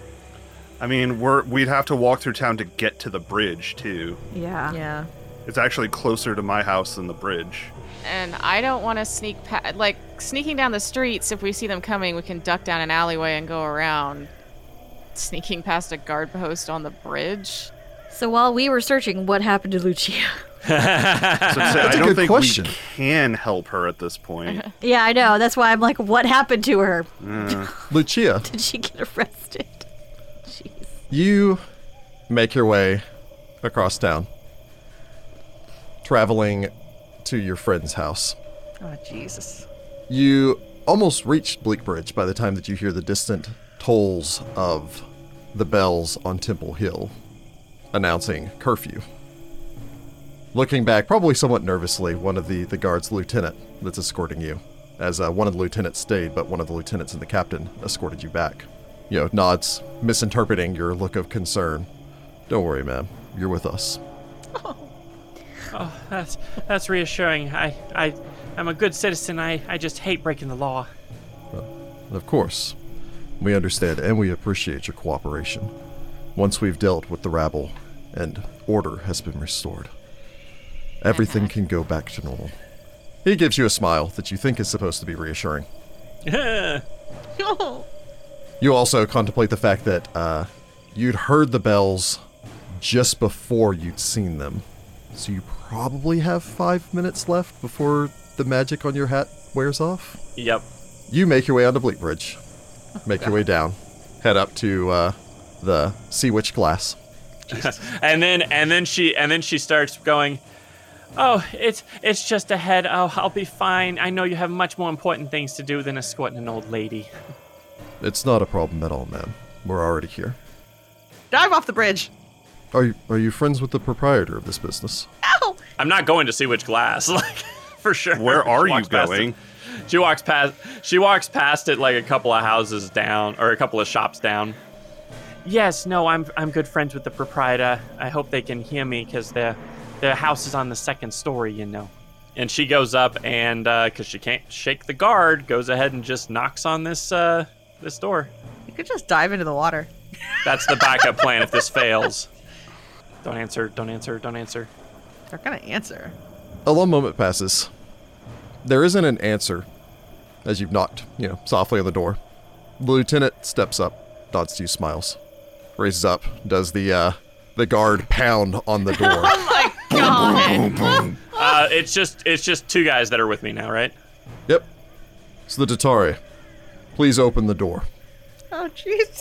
I mean, we're we'd have to walk through town to get to the bridge too. Yeah. Yeah. It's actually closer to my house than the bridge. And I don't want to sneak pa- like sneaking down the streets. If we see them coming, we can duck down an alleyway and go around. Sneaking past a guard post on the bridge. So while we were searching, what happened to Lucia? So I'd say, I a don't good think question. we can help her at this point. yeah, I know. That's why I'm like, what happened to her? Lucia, Did she get arrested? Jeez. you make your way across town, traveling to your friend's house. Oh Jesus. You almost reach Bleakbridge by the time that you hear the distant tolls of the bells on Temple Hill announcing curfew. Looking back, probably somewhat nervously, one of the, the guards' lieutenant that's escorting you, as uh, one of the lieutenants stayed, but one of the lieutenants and the captain escorted you back. You know, nods, misinterpreting your look of concern. Don't worry, ma'am. You're with us. That's that's reassuring. I I I'm a good citizen. I I just hate breaking the law. Of course. We understand and we appreciate your cooperation. Once we've dealt with the rabble and order has been restored, everything can go back to normal. He gives you a smile that you think is supposed to be reassuring. You also contemplate the fact that uh, you'd heard the bells just before you'd seen them. So you probably have five minutes left before the magic on your hat wears off. yep. You make your way onto Bleak Bridge, make your way down, head up to uh, the Sea Witch Glass. And then and then she and then she starts going. Oh, it's it's just ahead. Oh, I'll be fine. I know you have much more important things to do than escorting an old lady. It's not a problem at all, ma'am. We're already here. Dive off the bridge. Are you, are you friends with the proprietor of this business? Ow! I'm not going to see which glass, like for sure. Where She are you walks past going? it- She walks past. She walks past it like a couple of houses down, or a couple of shops down. Yes, no, I'm I'm good friends with the proprietor. I hope they can hear me because their their house is on the second story, you know. And she goes up and because she can't shake the guard, goes ahead and just knocks on this uh, this door. You could just dive into the water. That's the backup plan if this fails. Don't answer. Don't answer. Don't answer. They're gonna answer. A long moment passes. There isn't an answer as you've knocked, you know, softly on the door. The lieutenant steps up, nods to you, smiles, raises up, does the uh, the guard pound on the door. Uh, it's just it's just two guys that are with me now, right? yep. It's the Tatari. Please open the door. Oh Jesus.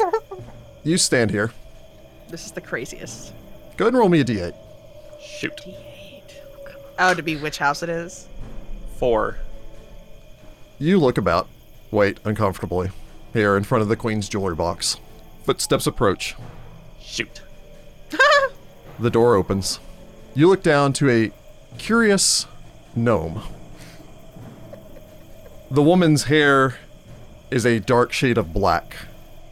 You stand here. This is the craziest. Go ahead and roll me a d8. Shoot. Oh, to be which house it is. Four. You look about, wait uncomfortably, here in front of the Queen's jewelry box. Footsteps approach. Shoot. The door opens. You look down to a curious gnome. The woman's hair is a dark shade of black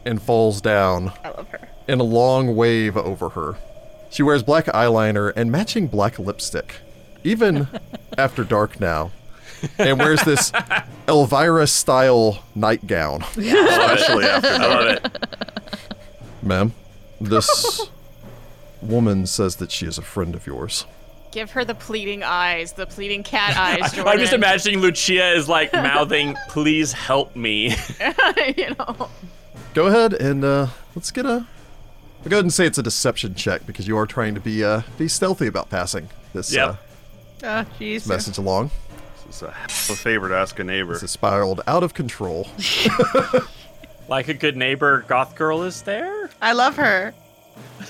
and falls down I love her. in a long wave over her. She wears black eyeliner and matching black lipstick, even after dark now, and wears this Elvira style nightgown. Especially after I love it. Ma'am, this woman says that she is a friend of yours. Give her the pleading eyes, the pleading cat eyes. Jordan. I'm just imagining Lucia is like mouthing, "Please help me." you know. Go ahead and uh, let's get a. I'll go ahead and say it's a deception check because you are trying to be uh, be stealthy about passing this Yep. uh, Oh Jesus. message along. It's a hell of a favor to ask a neighbor. This has spiraled out of control. like a good neighbor, Goth girl is there. I love her.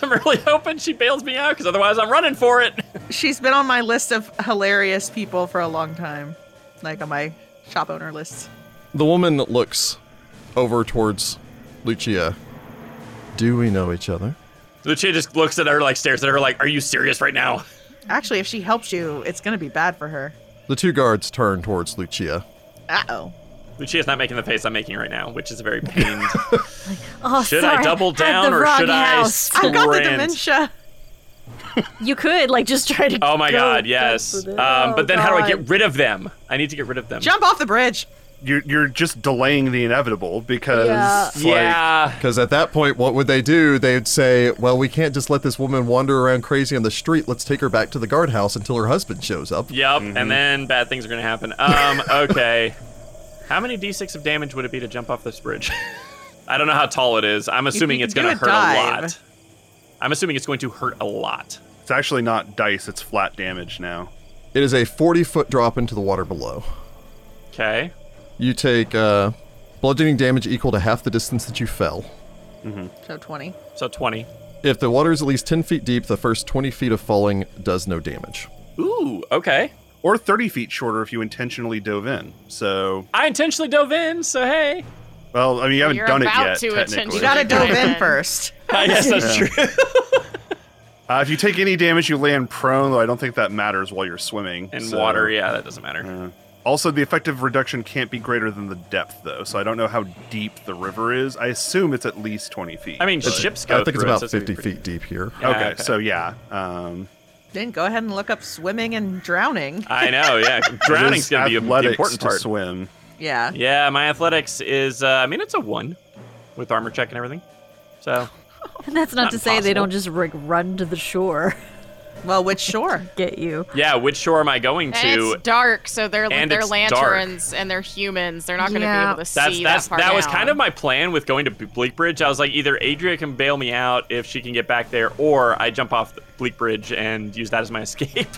I'm really hoping she bails me out because otherwise I'm running for it. She's been on my list of hilarious people for a long time, like on my shop owner list. The woman looks over towards Lucia. Do we know each other? Lucia just looks at her, like stares at her, like, "Are you serious right now?" Actually, if she helps you, it's gonna be bad for her. The two guards turn towards Lucia. Uh oh. Lucia's not making the face I'm making right now, which is very pained. Oh, should sorry. I double Had the down or wrong should house. I? I've got the sprint? dementia. You could like just try to. Oh my go- god, go yes. for Um, the- oh, but then how do I God. get rid of them? I need to get rid of them. Jump off the bridge. you're you're just delaying the inevitable because Yeah. like, yeah. Because at that point, what would they do? They'd say, well, we can't just let this woman wander around crazy on the street. Let's take her back to the guardhouse until her husband shows up. Yep. And then bad things are gonna happen. Um. Okay. How many d6 of damage would it be to jump off this bridge? I don't know how tall it is. I'm assuming you it's could do gonna a hurt a dive. lot. I'm assuming it's going to hurt a lot. it's actually not dice; it's flat damage now. It is a 40 foot drop into the water below. Okay. You take uh, bludgeoning damage equal to half the distance that you fell. So 20. So 20. If the water is at least 10 feet deep, the first 20 feet of falling does no damage. Ooh. Okay. Or 30 feet shorter if you intentionally dove in. So, I intentionally dove in, so hey. well, I mean, you haven't you're done it about yet. to technically. intentionally- You gotta Dive dove in in. first. I guess that's true. Uh, if you take any damage, you land prone, though I don't think that matters while you're swimming. In so- water, yeah, that doesn't matter. Uh, also, the effective reduction can't be greater than the depth, though, so I don't know how deep the river is. I assume it's at least 20 feet. I mean, ships go I think it's through it, about so gonna 50 be pretty- feet deep here. Yeah, okay, so yeah. Um, Then go ahead and look up swimming and drowning. I know, yeah. Drowning's it is going to be a- the athletics important to part. swim. Yeah. Yeah, my athletics is, uh, I mean, it's a one with armor check and everything. So, And that's not, Not to say they impossible. don't just like run to the shore, Well, which shore? get you. yeah, which shore am I going to? And it's dark, so they're And they're it's lanterns and they're humans. They're not going to Yeah. be able to see that's that's that far that, was down. kind of my plan with going to B- Bleak Bridge. I was like, either Adria can bail me out if she can get back there, or I jump off the Bleak Bridge and use that as my escape.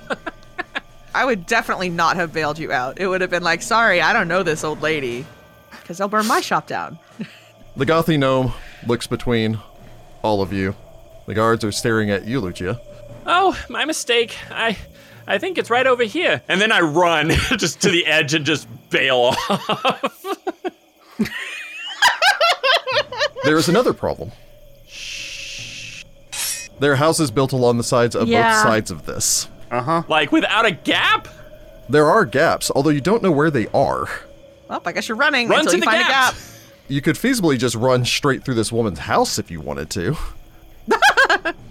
I would definitely not have bailed you out. It would have been like, sorry, I don't know this old lady. Because they'll burn my shop down. The gothy gnome looks between all of you. The guards are staring at you, Lucia. oh, my mistake. I I think it's right over here. And then I run just to the edge and just bail off. There is another problem. There are houses built along the sides of Yeah. both sides of this. like without a gap? There are gaps, although you don't know where they are. Well, I guess you're running Run until to you the find gap. a gap. You could feasibly just run straight through this woman's house if you wanted to.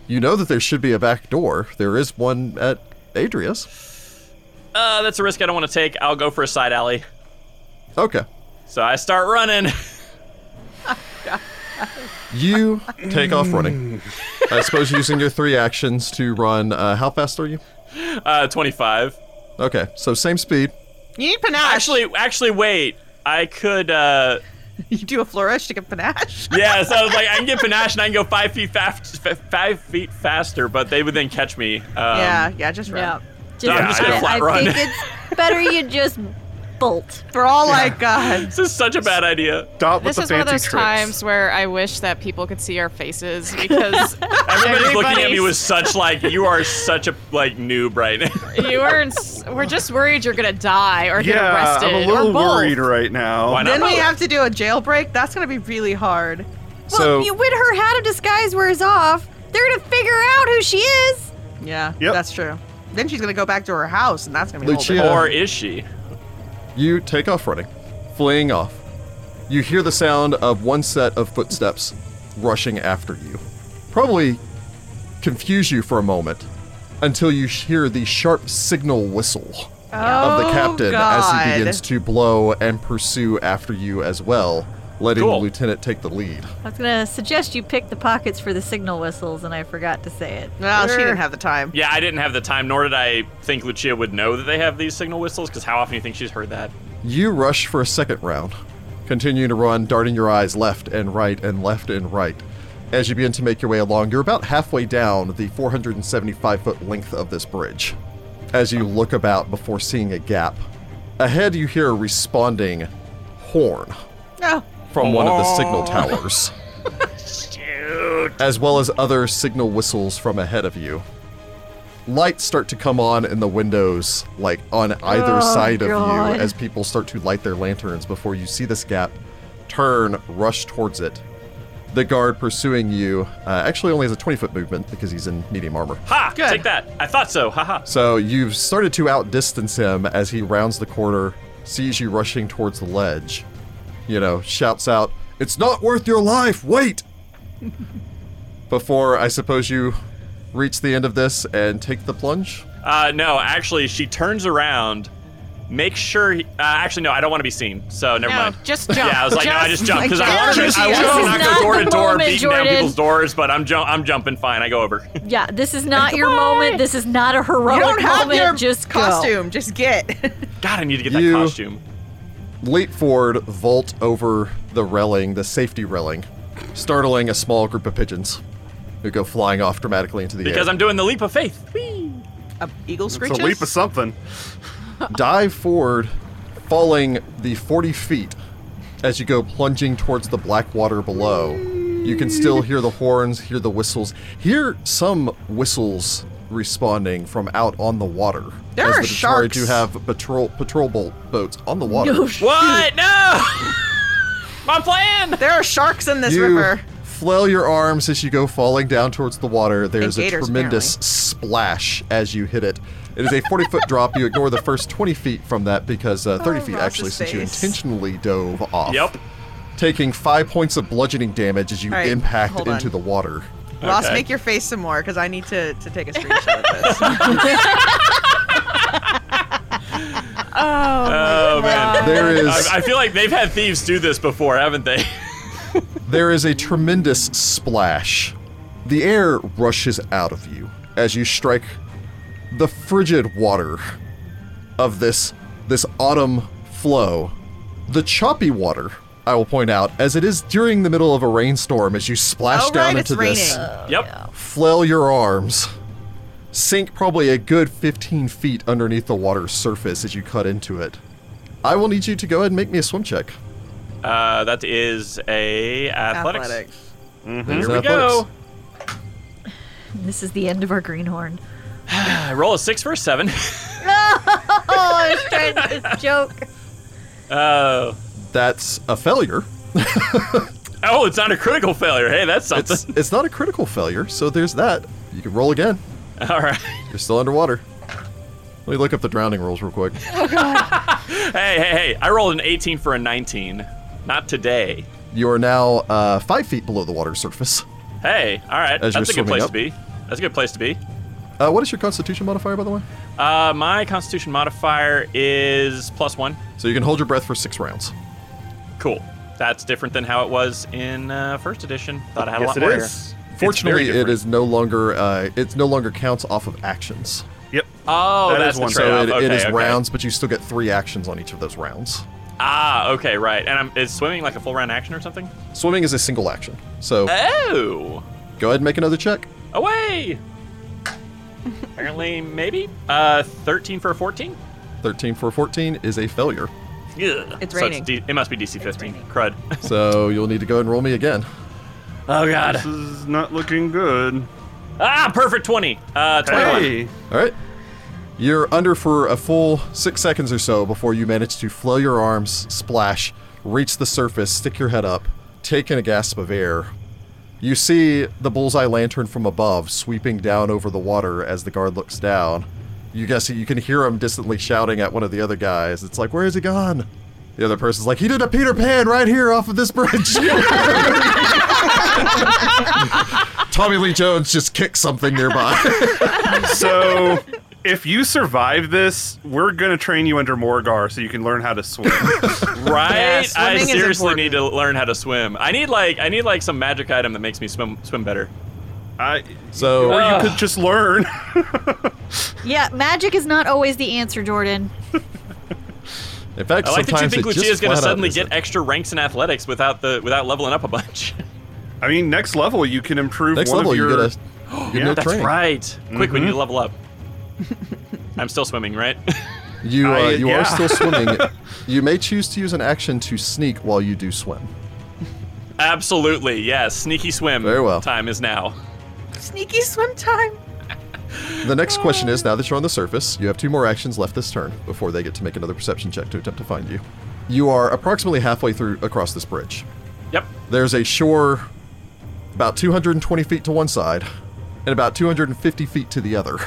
you know that there should be a back door. There is one at Adria's. Uh, that's a risk I don't want to take. I'll go for a side alley. Okay. So I start running. You take off running. I suppose using your three actions to run. Uh, how fast are you? Uh, 25. Okay, so same speed. You need panache. Actually, actually, wait. I could. Uh, you do a flourish to get panache. yeah. So I was like, I can get panache and I can go five feet fast, five feet faster, but they would then catch me. Um, yeah, yeah, just run. Yeah. Just, Yeah, I'm just gonna I- flat I run. think it's better you just bolt. For all I got. This is such a bad idea. Stop This with is the one of fancy those tricks. times where I wish that people could see our faces because Everybody's looking at me Everybody's- with such like, you are such a like noob right now. you are in, s- we're just worried you're gonna die or get Yeah, arrested I'm a or little both. worried right now. Why not? Then we have to do a jailbreak. That's going to be really hard. Well, so you, when her hat of disguise wears off, they're gonna figure out who she is. Yeah, Yep. that's true. Then she's going to go back to her house, and that's going to be a whole Lucia, different- Or is she? you take off running, fleeing off. You hear the sound of one set of footsteps rushing after you. Probably confuse you for a moment until you hear the sharp signal whistle of the Oh, captain as he God. begins to blow and pursue after you as well, letting Cool. the lieutenant take the lead. I was gonna suggest you pick the pockets for the signal whistles, and I forgot to say it. Well, she didn't have the time. Yeah, I didn't have the time, nor did I think Lucia would know that they have these signal whistles, because how often do you think she's heard that? You rush for a second round, continuing to run, darting your eyes left and right and left and right. As you begin to make your way along, you're about halfway down the 475 foot length of this bridge. As you look about before seeing a gap, ahead you hear a responding horn No. from one of the Oh. signal towers, as well as other signal whistles from ahead of you. Lights start to come on in the windows, like on either Oh, side of God. you, as people start to light their lanterns before you see this gap, turn, rush towards it. The guard pursuing you uh, actually only has a 20 foot movement because he's in medium armor. Ha! Good. Take that. I thought so. Ha ha. So you've started to outdistance him as he rounds the corner, sees you rushing towards the ledge. You know, shouts out, It's not worth your life! Wait! Before I suppose you reach the end of this and take the plunge? Uh, no, actually, she turns around Make sure. He, uh, actually, no, I don't want to be seen. So never No, mind. just jump. Yeah, I was like, no, I just jumped because I wanted just to. I jump. wanted to This not is go door not to the door, moment, beating down Jordan. people's doors, but I'm jump. I'm jumping fine. I go over. Yeah, this is not your moment. This is not a heroic You don't have moment. your just go. costume. Just get. God, I need to get that You- costume. Leap forward, vault over the railing, the safety railing, startling a small group of pigeons who go flying off dramatically into the Because air. I'm doing the leap of faith. A eagle It's a screeches. leap of something. Dive forward, falling the 40 feet as you go plunging towards the black water below. You can still hear the horns, hear the whistles, hear some whistles responding from out on the water. There as are the Dotari do sharks. have patrol patrol boat boats on the water. What? No. My plan. there are sharks in this you river. flail your arms as you go falling down towards the water. There's a gators, tremendous splash as you hit it. It is a 40 foot drop. You ignore the first 20 feet from that because uh, 30 Oh, feet Ross's actually, since you face. intentionally dove off. Yep. Taking five points of bludgeoning damage as you All right, impact hold on. into the water. Ross, Okay. make your face some more because I need to, to take a screenshot of this. Oh Uh, man. There is I, I feel like they've had thieves do this before, haven't they? There is a tremendous splash. The air rushes out of you as you strike the frigid water of this this autumn flow. The choppy water, I will point out, as it is during the middle of a rainstorm as you splash Oh, down right, it's into this, raining. Yep. flail your arms, sink probably a good 15 feet underneath the water's surface as you cut into it. I will need you to go ahead and make me a swim check. Uh, that is a athletics. Athletic. There's Here we athletics. go. This is the end of our greenhorn. I roll a six for a seven. Oh, I was trying this joke. Uh, That's a failure. oh, it's not a critical failure. Hey, that's something. It's it's not a critical failure, so there's that. You can roll again. All right. You're still underwater. Let me look up the drowning rules real quick. Hey, hey, hey! I rolled an 18 for a 19. Not today. You are now uh, five feet below the water surface. Hey, all right. As you're That's a good swimming place up. to be. That's a good place to be. Uh, what is your constitution modifier, by the way? Uh, my Constitution modifier is plus one. So you can hold your breath for six rounds. Cool. That's different than how it was in uh, first edition. Thought I had a Yes, lot it more. is. It's very Fortunately, it different. is no longer uh, it's no longer counts off of actions. Yep. Oh, That that's is the one. So So trade-off. it, it Okay, is okay. rounds, but you still get three actions on each of those rounds. Ah, okay, right. And I'm, is swimming like a full round action or something? Swimming is a single action. So Oh, go ahead and make another check. away. Apparently, maybe. Uh, 13 for a 14. Thirteen for fourteen is a failure. Yeah. It's So raining. D- it must be DC 15. Crud. So you'll need to go ahead and roll me again. Oh God. This is not looking good. Ah, perfect 20. Uh, 21. Hey. All right. You're under for a full six seconds or so before you manage to flail your arms, splash, reach the surface, stick your head up, take in a gasp of air. You see the bullseye lantern from above sweeping down over the water as the guard looks down. You guess you can hear him distantly shouting at one of the other guys. It's like, where is he gone? The other person's like, he did a Peter Pan right here off of this bridge. Tommy Lee Jones just kicked something nearby. So, if you survive this, we're gonna train you under Morgar so you can learn how to swim. Right? Yeah, I swimming is seriously important. need to learn how to swim. I need like I need like some magic item that makes me swim swim better. I, So or you could just learn. Yeah, magic is not always the answer, Jordan. In fact, I like that you sometimes think it just Lucia's going to flat out suddenly isn't. get extra ranks in athletics without the without leveling up a bunch. I mean, next level you can improve next one level. of your. You get a you get Yeah, no that's That's training. right. Quick, we need to level up. I'm still swimming, right? You uh, I- you yeah. are still swimming. you may choose to use an action to sneak while you do swim. Absolutely, yes. Sneaky swim. Very well. Time is now. Sneaky swim time. The next question is: Now that you're on the surface, you have two more actions left this turn before they get to make another perception check to attempt to find you. You are approximately halfway through across this bridge. Yep. There's a shore about 220 feet to one side and about 250 feet to the other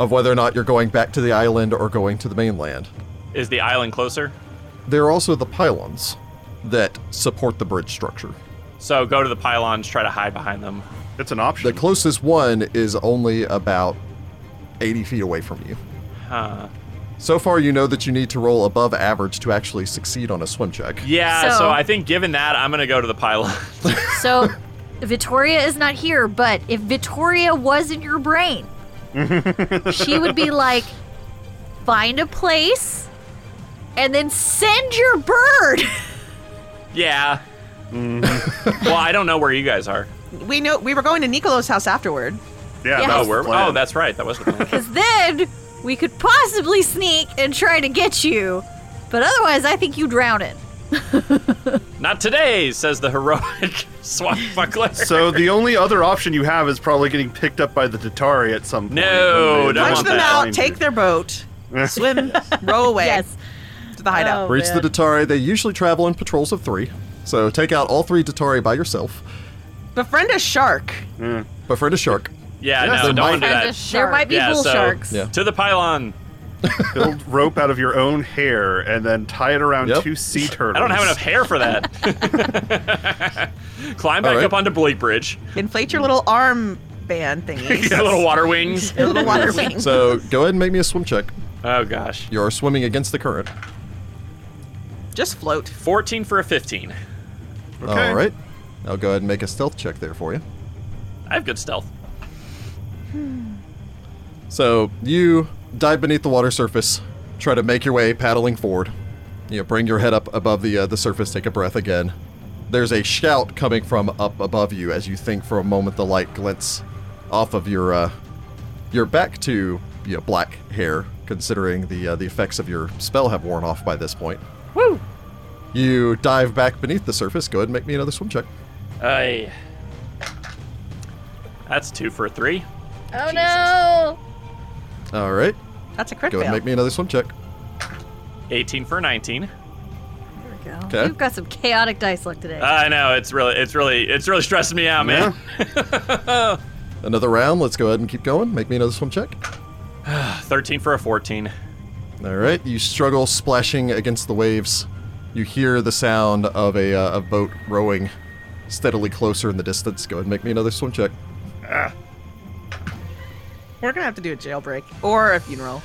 of whether or not you're going back to the island or going to the mainland. Is the island closer? There are also the pylons that support the bridge structure. So go to the pylons, try to hide behind them. It's an The option. closest one is only about 80 feet away from you. Huh. So far, you know that you need to roll above average to actually succeed on a swim check. Yeah, so, So- I think given that, I'm gonna go to the pylon. So, Vittoria is not here, but if Vittoria was in your brain, she would be like, find a place and then send your bird. yeah. well, I don't know where you guys are. We know we were going to Nicolo's house afterward. Yeah, Yeah. that Oh, was where? the plan. Oh, that's right. That was the plan. Because then we could possibly sneak and try to get you. But otherwise, I think you drown it. Not today, says the heroic swashbuckler. So the only other option you have is probably getting picked up by the Tatari at some point. No, when they don't Punch want land them that. out, behind you. take their boat, swim, row away Yes. to the hideout. Reach the Datari. They usually travel in patrols of three, so take out all three Datari by yourself. Befriend a shark. Befriend a shark. yeah, Yes, no, there don't might- want to do Friend that. is There sharp. might be yeah, bull so sharks. Yeah. to the pylon. Build rope out of your own hair and then tie it around Yep. two sea turtles. I don't have enough hair for that. Climb back All right. up onto Bleak Bridge. Inflate your little arm band thingies. Get little water wings. Your little water wings. So go ahead and make me a swim check. Oh gosh. You're swimming against the current. Just float. 14 for a 15. Okay. All right. I'll go ahead and make a stealth check there for you. I have good stealth. So you dive beneath the water surface, try to make your way paddling forward. You know, bring your head up above the uh, the surface, take a breath again. There's a shout coming from up above you as you think for a moment the light glints off of your uh, your back to you know, black hair, considering the uh, the effects of your spell have worn off by this point. Woo! You dive back beneath the surface. Go ahead and make me another swim check. Aye. That's two for a three. Oh no! All right. That's a crit Go ahead fail. and make me another swim check. 18 for a 19. There we go. Okay. You've got some chaotic dice luck today. I know it's really, it's really, it's really stressing me out, man. Another round. Let's go ahead and keep going. Make me another swim check. 13 for a 14. All right, you struggle splashing against the waves. You hear the sound of a, uh, a boat rowing steadily closer in the distance. Go ahead and make me another swim check. We're gonna have to do a jailbreak or a funeral.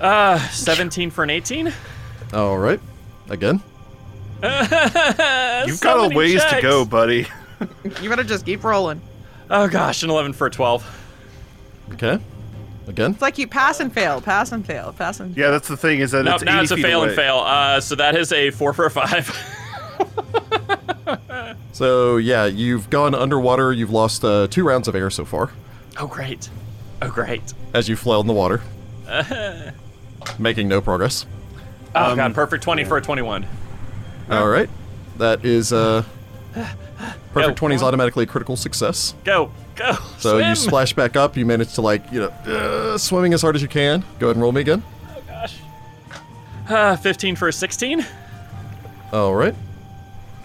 Uh, 17 for an 18. All right, again. You've got a ways to go, buddy. You better just keep rolling. Oh gosh, an 11 for a 12. Okay, again. It's like you pass and fail, pass and fail, pass and. Yeah, that's the thing is that No, it's now 80 it's a feet fail and away. fail. Uh, so that is a four for a five. So yeah, you've gone underwater. You've lost uh, two rounds of air so far oh great. Oh great. as you flail in the water, making no progress. Oh Um, god, perfect 20 for a 21. All right, that is uh, Go. perfect twenty is automatically a critical success. Go, go. So swim. you splash back up. You manage to like you know uh, swimming as hard as you can. Go ahead and roll me again. Uh, 15 for a 16. All right.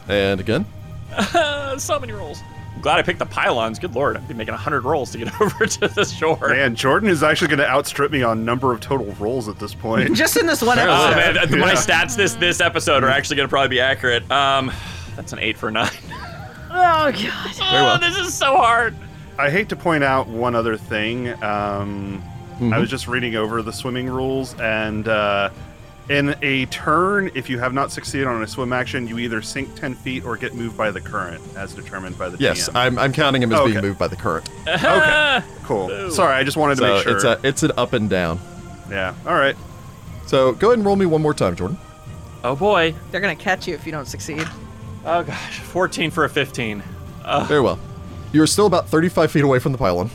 And again. Uh, so many rolls. I'm glad I picked the pylons. Good lord, I'd be making 100 rolls to get over to the shore. Man, Jordan is actually going to outstrip me on number of total rolls at this point. Just in this one Oh episode. man, th- th- my Yeah. stats this this episode are actually gonna probably be accurate. Um, that's an eight for a nine. Oh god. Very well. Oh, this is so hard. I hate to point out one other thing. Um, I Mm-hmm. was just reading over the swimming rules, and uh, in a turn, if you have not succeeded on a swim action, you either sink 10 feet or get moved by the current, as determined by the Yes, DM. I'm, I'm counting him as Okay. being moved by the current. okay, cool. Sorry, I just wanted to So make sure. it's a it's an up and down. yeah, all right. So go ahead and roll me one more time, Jordan. Oh boy. They're gonna catch you if you don't succeed. Oh gosh, 14 for a 15. Very well. You're still about 35 feet away from the pylon.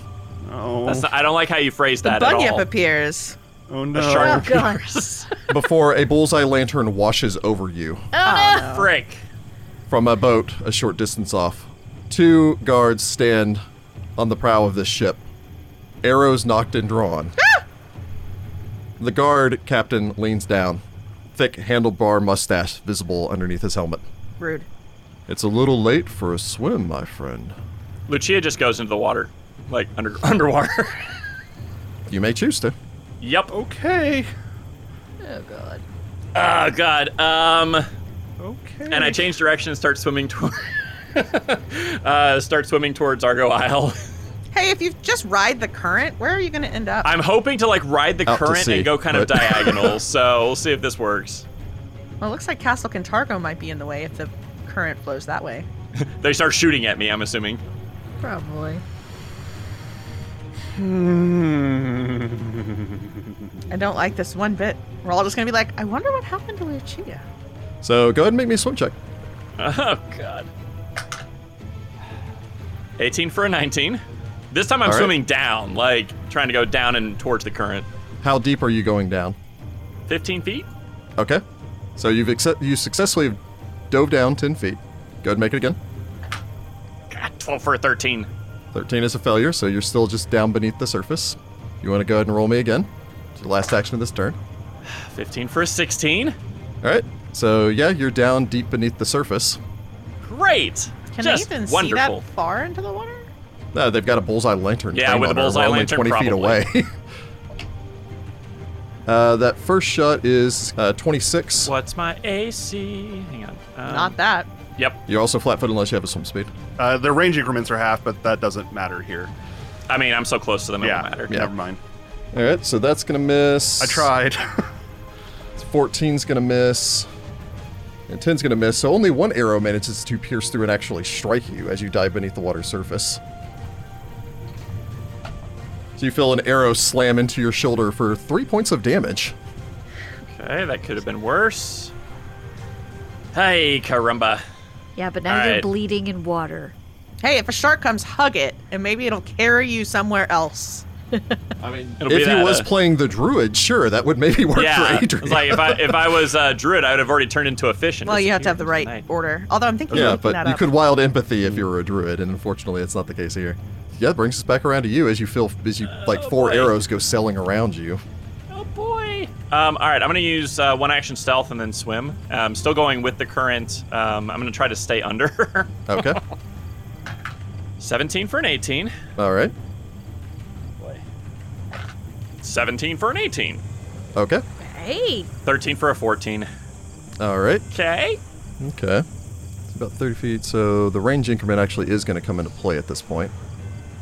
Oh, That's not, I don't like how you phrase The that at bunyip all. appears. oh no. shark. Oh god. Before a bullseye lantern washes over you Frick. from a boat a short distance off. Two guards stand on the prow of this ship, arrows knocked and drawn. the guard captain leans down, thick handlebar mustache visible underneath his helmet. Rude. It's a little late for a swim, my friend. Lucia just goes into the water, like under underwater. You may choose to. yep. Okay. Oh god. Um. Okay. and I change direction and start swimming toward uh, start swimming towards Argo Isle. Hey, if you just ride the current, where are you going to end up? I'm hoping to like ride the Out to current sea, and go kind of but- diagonal. so we'll see if this works. well, it looks like Castle Cantargo might be in the way if the current flows that way. They start shooting at me. I'm assuming. Probably. Hmm. I don't like this one bit. We're all just going to be like, I wonder what happened to Lucia. So go ahead and make me a swim check. Oh god. 18 for a 19. This time I'm All right. swimming down, like trying to go down and towards the current. How deep are you going down? 15 feet. Okay. So you've accept- you successfully dove down 10 feet. Go ahead and make it again. God, 12 for a 13. 13 is a failure, so you're still just down beneath the surface. You want to go ahead and roll me again. It's the last action of this turn. 15 for a 16. All right. So yeah, you're down deep beneath the surface. Great. Can Just I even wonderful. see that far into the water? No, Uh, they've got a bullseye lantern. Yeah, trained with a on her. We're bullseye only lantern, 20 feet probably. away. uh, that first shot is uh, 26. What's my AC? Hang on. Um, Not that. Yep. You're also flat-footed unless you have a swim speed. Uh, their range increments are half, but that doesn't matter here. I mean, I'm so close to them, it yeah, won't matter. never mind. All right, so that's gonna miss. I tried. 14's gonna miss. And 10's gonna miss. So only one arrow manages to pierce through and actually strike you as you dive beneath the water's surface. So you feel an arrow slam into your shoulder for three points of damage. Okay, that could have been worse. Hey, caramba. Yeah, but now All you're right. bleeding in water. Hey, if a shark comes, hug it, and maybe it'll carry you somewhere else. I mean, it'll be if he that, was uh, playing the druid, sure, that would maybe work yeah, for Adrian. it's like if I if I was uh, druid, I would have already turned into a fish. And Well, you have to have the disappeared right into night. order. Although I'm thinking yeah, of looking but that you up. could wild empathy if you were a druid, and unfortunately, it's not the case here. Yeah, it brings us back around to you as you feel as you like four Oh, boy. arrows go sailing around you. Oh boy. Um, all right, I'm gonna use uh, one action stealth and then swim. Um, still going with the current. Um, I'm gonna try to stay under. Okay, 17 for an 18. all right, 17 for an 18. okay, Hey, 13 for a 14. all right. Okay. Okay. It's about 30 feet, so the range increment actually is going to come into play at this point.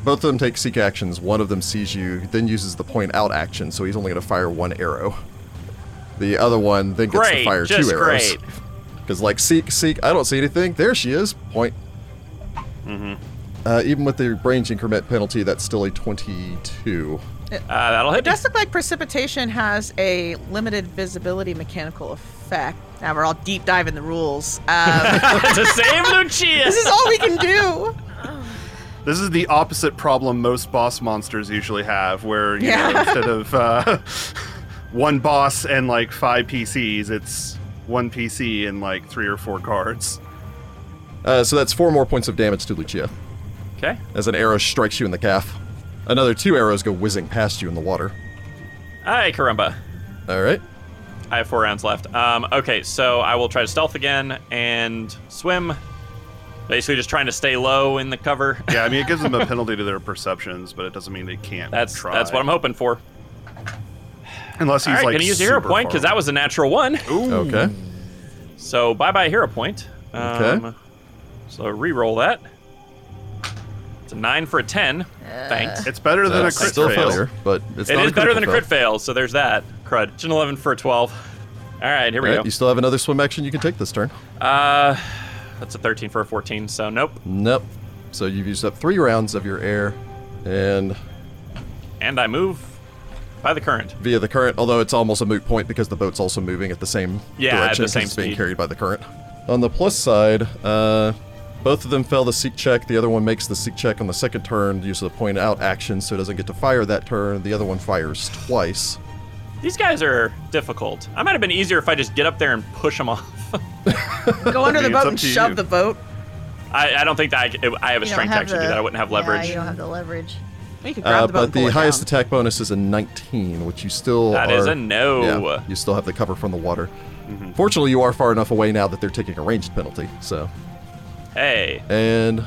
Both of them take seek actions. One of them sees you, then uses the point out action, so he's only going to fire one arrow. The other one then gets to Great, fire just two arrows. great. Because, like, seek, seek, I don't see anything. There she is. Point. Mm-hmm. Uh, even with the range increment penalty, that's still a 22. Uh, that'll hit. It does look like precipitation has a limited visibility mechanical effect. Now we're all deep diving the rules. Um, to save Lucia. this is all we can do. this is the opposite problem most boss monsters usually have, where you know, Yeah. instead of uh, one boss and like five PCs, it's one PC and like three or four cards. Uh, so that's four more points of damage to Lucia Okay. as an arrow strikes you in the calf. Another two arrows go whizzing past you in the water. Hi, caramba. All right. I have four rounds left. Um, okay, so I will try to stealth again and swim. Basically, just trying to stay low in the cover. Yeah, I mean it gives them a penalty to their perceptions, but it doesn't mean they can't. That's try. that's what I'm hoping for. Unless All he's right, like gonna use a hero super point far because that away. was a natural one. Hmm. Okay. So bye bye hero point. Um, Okay. So re-roll that. It's a nine for a ten. Uh. Thanks. It's better than a That's crit Uh, still a fail. failure, but it's It not is better than a crit fail. fail. So there's that. Crud. It's an eleven for a twelve. All right, here we Alright, go. you still have another swim action you can take this turn. Uh, that's a thirteen for a fourteen. So nope. Nope. So you've used up three rounds of your air, and And I move by the current. via the current. Although it's almost a moot point because the boat's also moving at the same Yeah, at direction the same since it's being speed. carried by the current. On the plus side, uh, both of them fail the seek check. The other one makes the seek check on the second turn, uses the point out action, so it doesn't get to fire that turn. The other one fires twice. These guys are difficult. I might have been easier if I just get up there and push them off. Go under the mean, it's boat up and to shove you. the boat. I, I don't think that I, c- I have a you don't strength have action to the- do that. I wouldn't have Yeah, you leverage. don't have the leverage. We could grab Uh, the boat. but and pull the it highest down. attack bonus is a 19, which you still That are, is a no. Mm-hmm. Yeah, you still have the cover from the water. Fortunately, you are far enough away now that they're taking a ranged penalty. So, hey, and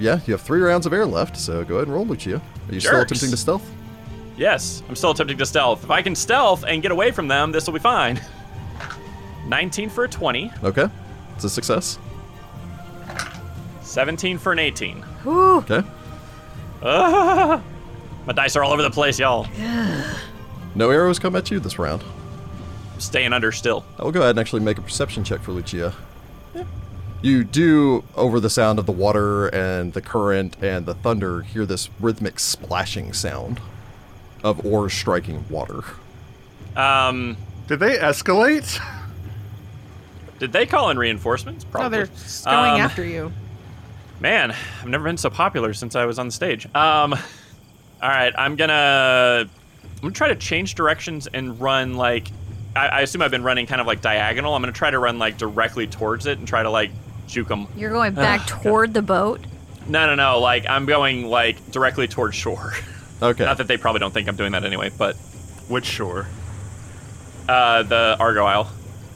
yeah, you have three rounds of air left. So go ahead and roll, Lucia. Are you still Jerks. attempting to stealth? yes, I'm still attempting to stealth. If I can stealth and get away from them, this will be fine. 19 for a 20, Okay, it's a success. 17 for an 18. Okay, Ah! my dice are all over the place, y'all. No arrows come at you this round. I'm staying under still. I will go ahead and actually make a perception check for Lucia. You do, over the sound of the water and the current and the thunder, hear this rhythmic splashing sound of oars striking water. Um, Did they escalate? did they call in reinforcements? Probably. Oh, No, they're going Um, after you. Man, I've never been so popular since I was on the stage. Um, all right, I'm gonna I'm gonna try to change directions and run like I, I assume I've been running kind of like diagonal. I'm gonna try to run like directly towards it and try to like juke them. You're going back toward the boat. No, no, no. Like I'm going like directly towards shore. Okay. Not that they probably don't think I'm doing that anyway, but Which shore? uh, the Argo Isle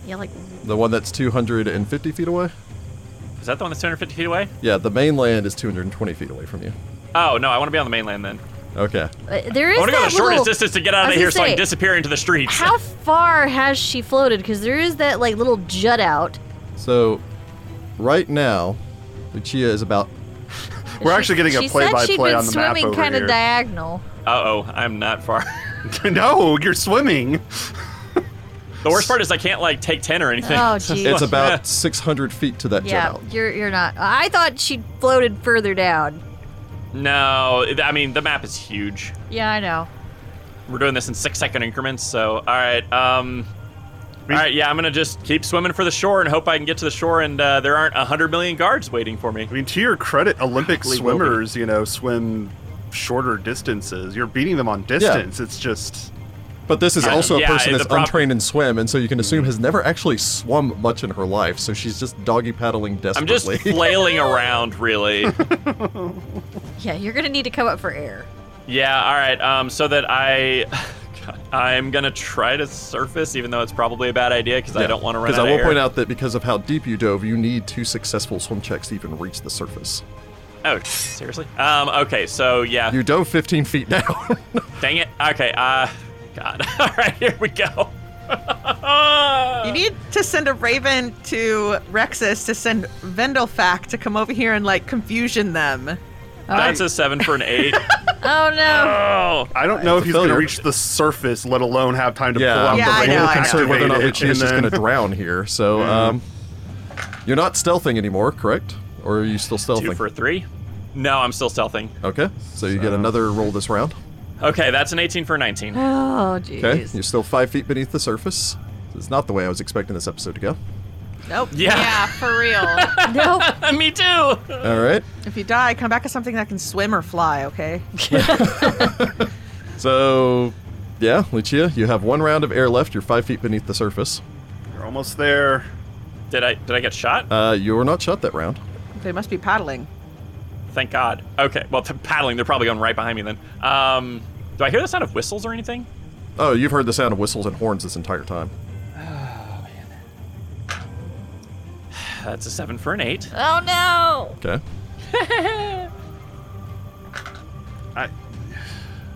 Yeah, like The one that's 250 feet away? is that the one that's 250 feet away? Yeah, the mainland is 220 feet away from you. Oh no, I want to be on the mainland then. Okay. uh, there I is want to go that the shortest little- distance to get out I of was here, gonna so I say, can disappear into the streets. How far has she floated? Because there is that like little jut out. So, right now, Lucia is about. We're actually getting she a play said by she'd play been on the map swimming over kind here. of diagonal. Uh oh, I'm not far. no, you're swimming. the worst part is I can't like take 10 or anything. Oh, So geez. like, It's eh. about 600 feet to that jet Yeah, out. you're you're not. I thought she floated further down. No, it- I mean the map is huge. Yeah, I know. We're doing this in six second increments, so all right. Um, all right, yeah, I'm gonna just keep swimming for the shore and hope I can get to the shore and uh, there aren't a hundred million guards waiting for me. I mean, to your credit, Olympic Probably will be. swimmers, you know, swim shorter distances. You're beating them on distance. It's just But this is Yeah, also yeah, a person the that's prob- untrained in swim, and so you can assume has never actually swum much in her life, so she's just doggy paddling I'm just desperately. flailing around, really. Yeah, you're gonna need to come up for air. yeah, all right. Um, so that I, God, I'm gonna try to surface, even though it's probably a bad idea because I don't want to run Because out. I will of air. point out that because of how deep you dove, you need two successful swim checks to even reach the surface. Oh, seriously? Um, okay, so yeah. You dove 15 feet down. Dang it. Okay, uh, God. All right, here we go. uh, You need to send a raven to Rexus to send Vendelfack to come over here and like confusion them. That's a seven for an eight. Oh no! oh, I don't know if he's going to failure. reach the surface, let alone have time to pull yeah, out I'm Yeah, a the I know, little I know. concerned whether or not activate it, Lucia's and just going to then- drown here. So, um, you're not stealthing anymore, correct? Or are you still two stealthing? for a three. No, I'm still stealthing. Okay, so you get another roll this round. Okay, that's an 18 for a Uh, 19. Oh Okay, jeez. you're still five feet beneath the surface. It's not the way I was expecting this episode to go. Nope. Yeah, Yeah, for real. Nope. me too. All right, If you die, come back as something that can swim or fly, okay? so yeah, Lucia, you have one round of air left. You're five feet beneath the surface. You're almost there. Did I did I get shot? Uh, you were not shot that round. They must be paddling. Thank God. Okay, well, they're paddling. They're probably going right behind me then. Um, do I hear the sound of whistles or anything? Oh, you've heard the sound of whistles and horns this entire time. That's a seven for an eight. Oh no! Okay. I,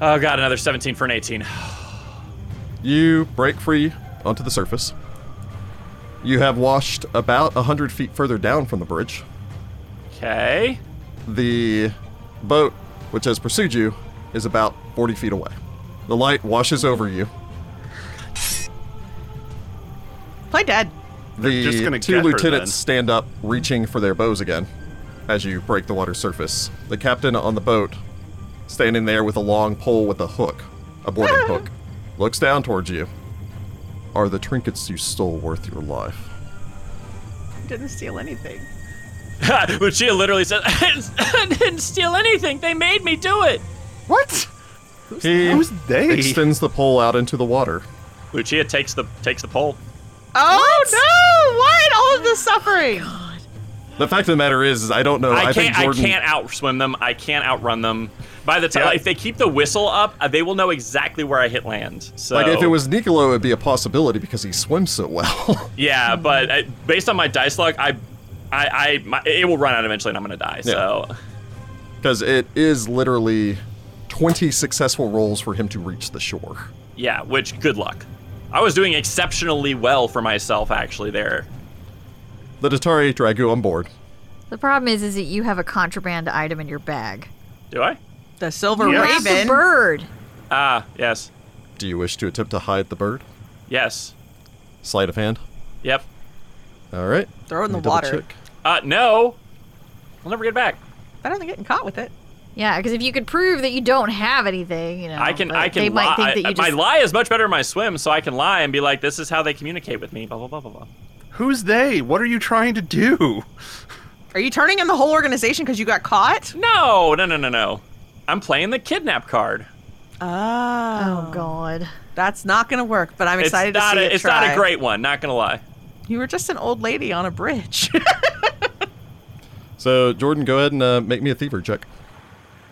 Oh God, another 17 for an 18. You break free onto the surface. You have washed about 100 feet further down from the bridge. Okay. The boat, which has pursued you, is about 40 feet away. The light washes over you. Play dead. The just gonna two get her lieutenants then. stand up, reaching for their bows again as you break the water surface. The captain on the boat, standing there with a long pole with a hook, a boarding hook, looks down towards you. Are the trinkets you stole worth your life? Didn't steal anything. Lucia literally says, I didn't steal anything. They made me do it. what? He Who's they? extends the pole out into the water. Lucia takes the takes the pole. Oh no! What? All of this suffering. The fact of the matter is, is I don't know. I, I think can't I Jordan, can't outswim them. I can't outrun them. By the time Yeah. if they keep the whistle up, uh, they will know exactly where I hit land. So Like if it was Niccolo, it'd be a possibility because he swims so well. yeah, but uh, based on my dice luck, I I I my, it will run out eventually, and I'm gonna die. So Because it is literally 20 successful rolls for him to reach the shore. yeah, which good luck. I was doing exceptionally well for myself actually there. The Datari drag you on board. The problem is, is that you have a contraband item in your bag. Do I? The silver Yes. Grab the raven. bird. Ah, yes. Do you wish to attempt to hide the bird? Yes. Sleight of hand. Yep. All right. Throw it in Let me the double water. check. Uh, no. I'll never get back. Better than getting caught with it. Yeah, because if you could prove that you don't have anything, you know, I can. Oh, but I can. They lie. might think that you my just. lie is much better than my swim, so I can lie and be like, "This is how they communicate with me." Blah blah blah blah blah. Who's they? What are you trying to do? Are you turning in the whole organization because you got caught? No, no, no, no, no. I'm playing the kidnap card. Oh, oh God. that's not gonna work. But I'm excited it's not to see a, it It's not a try. great one. Not gonna lie. You were just an old lady on a bridge. So Jordan, go ahead and uh, make me a thiever check.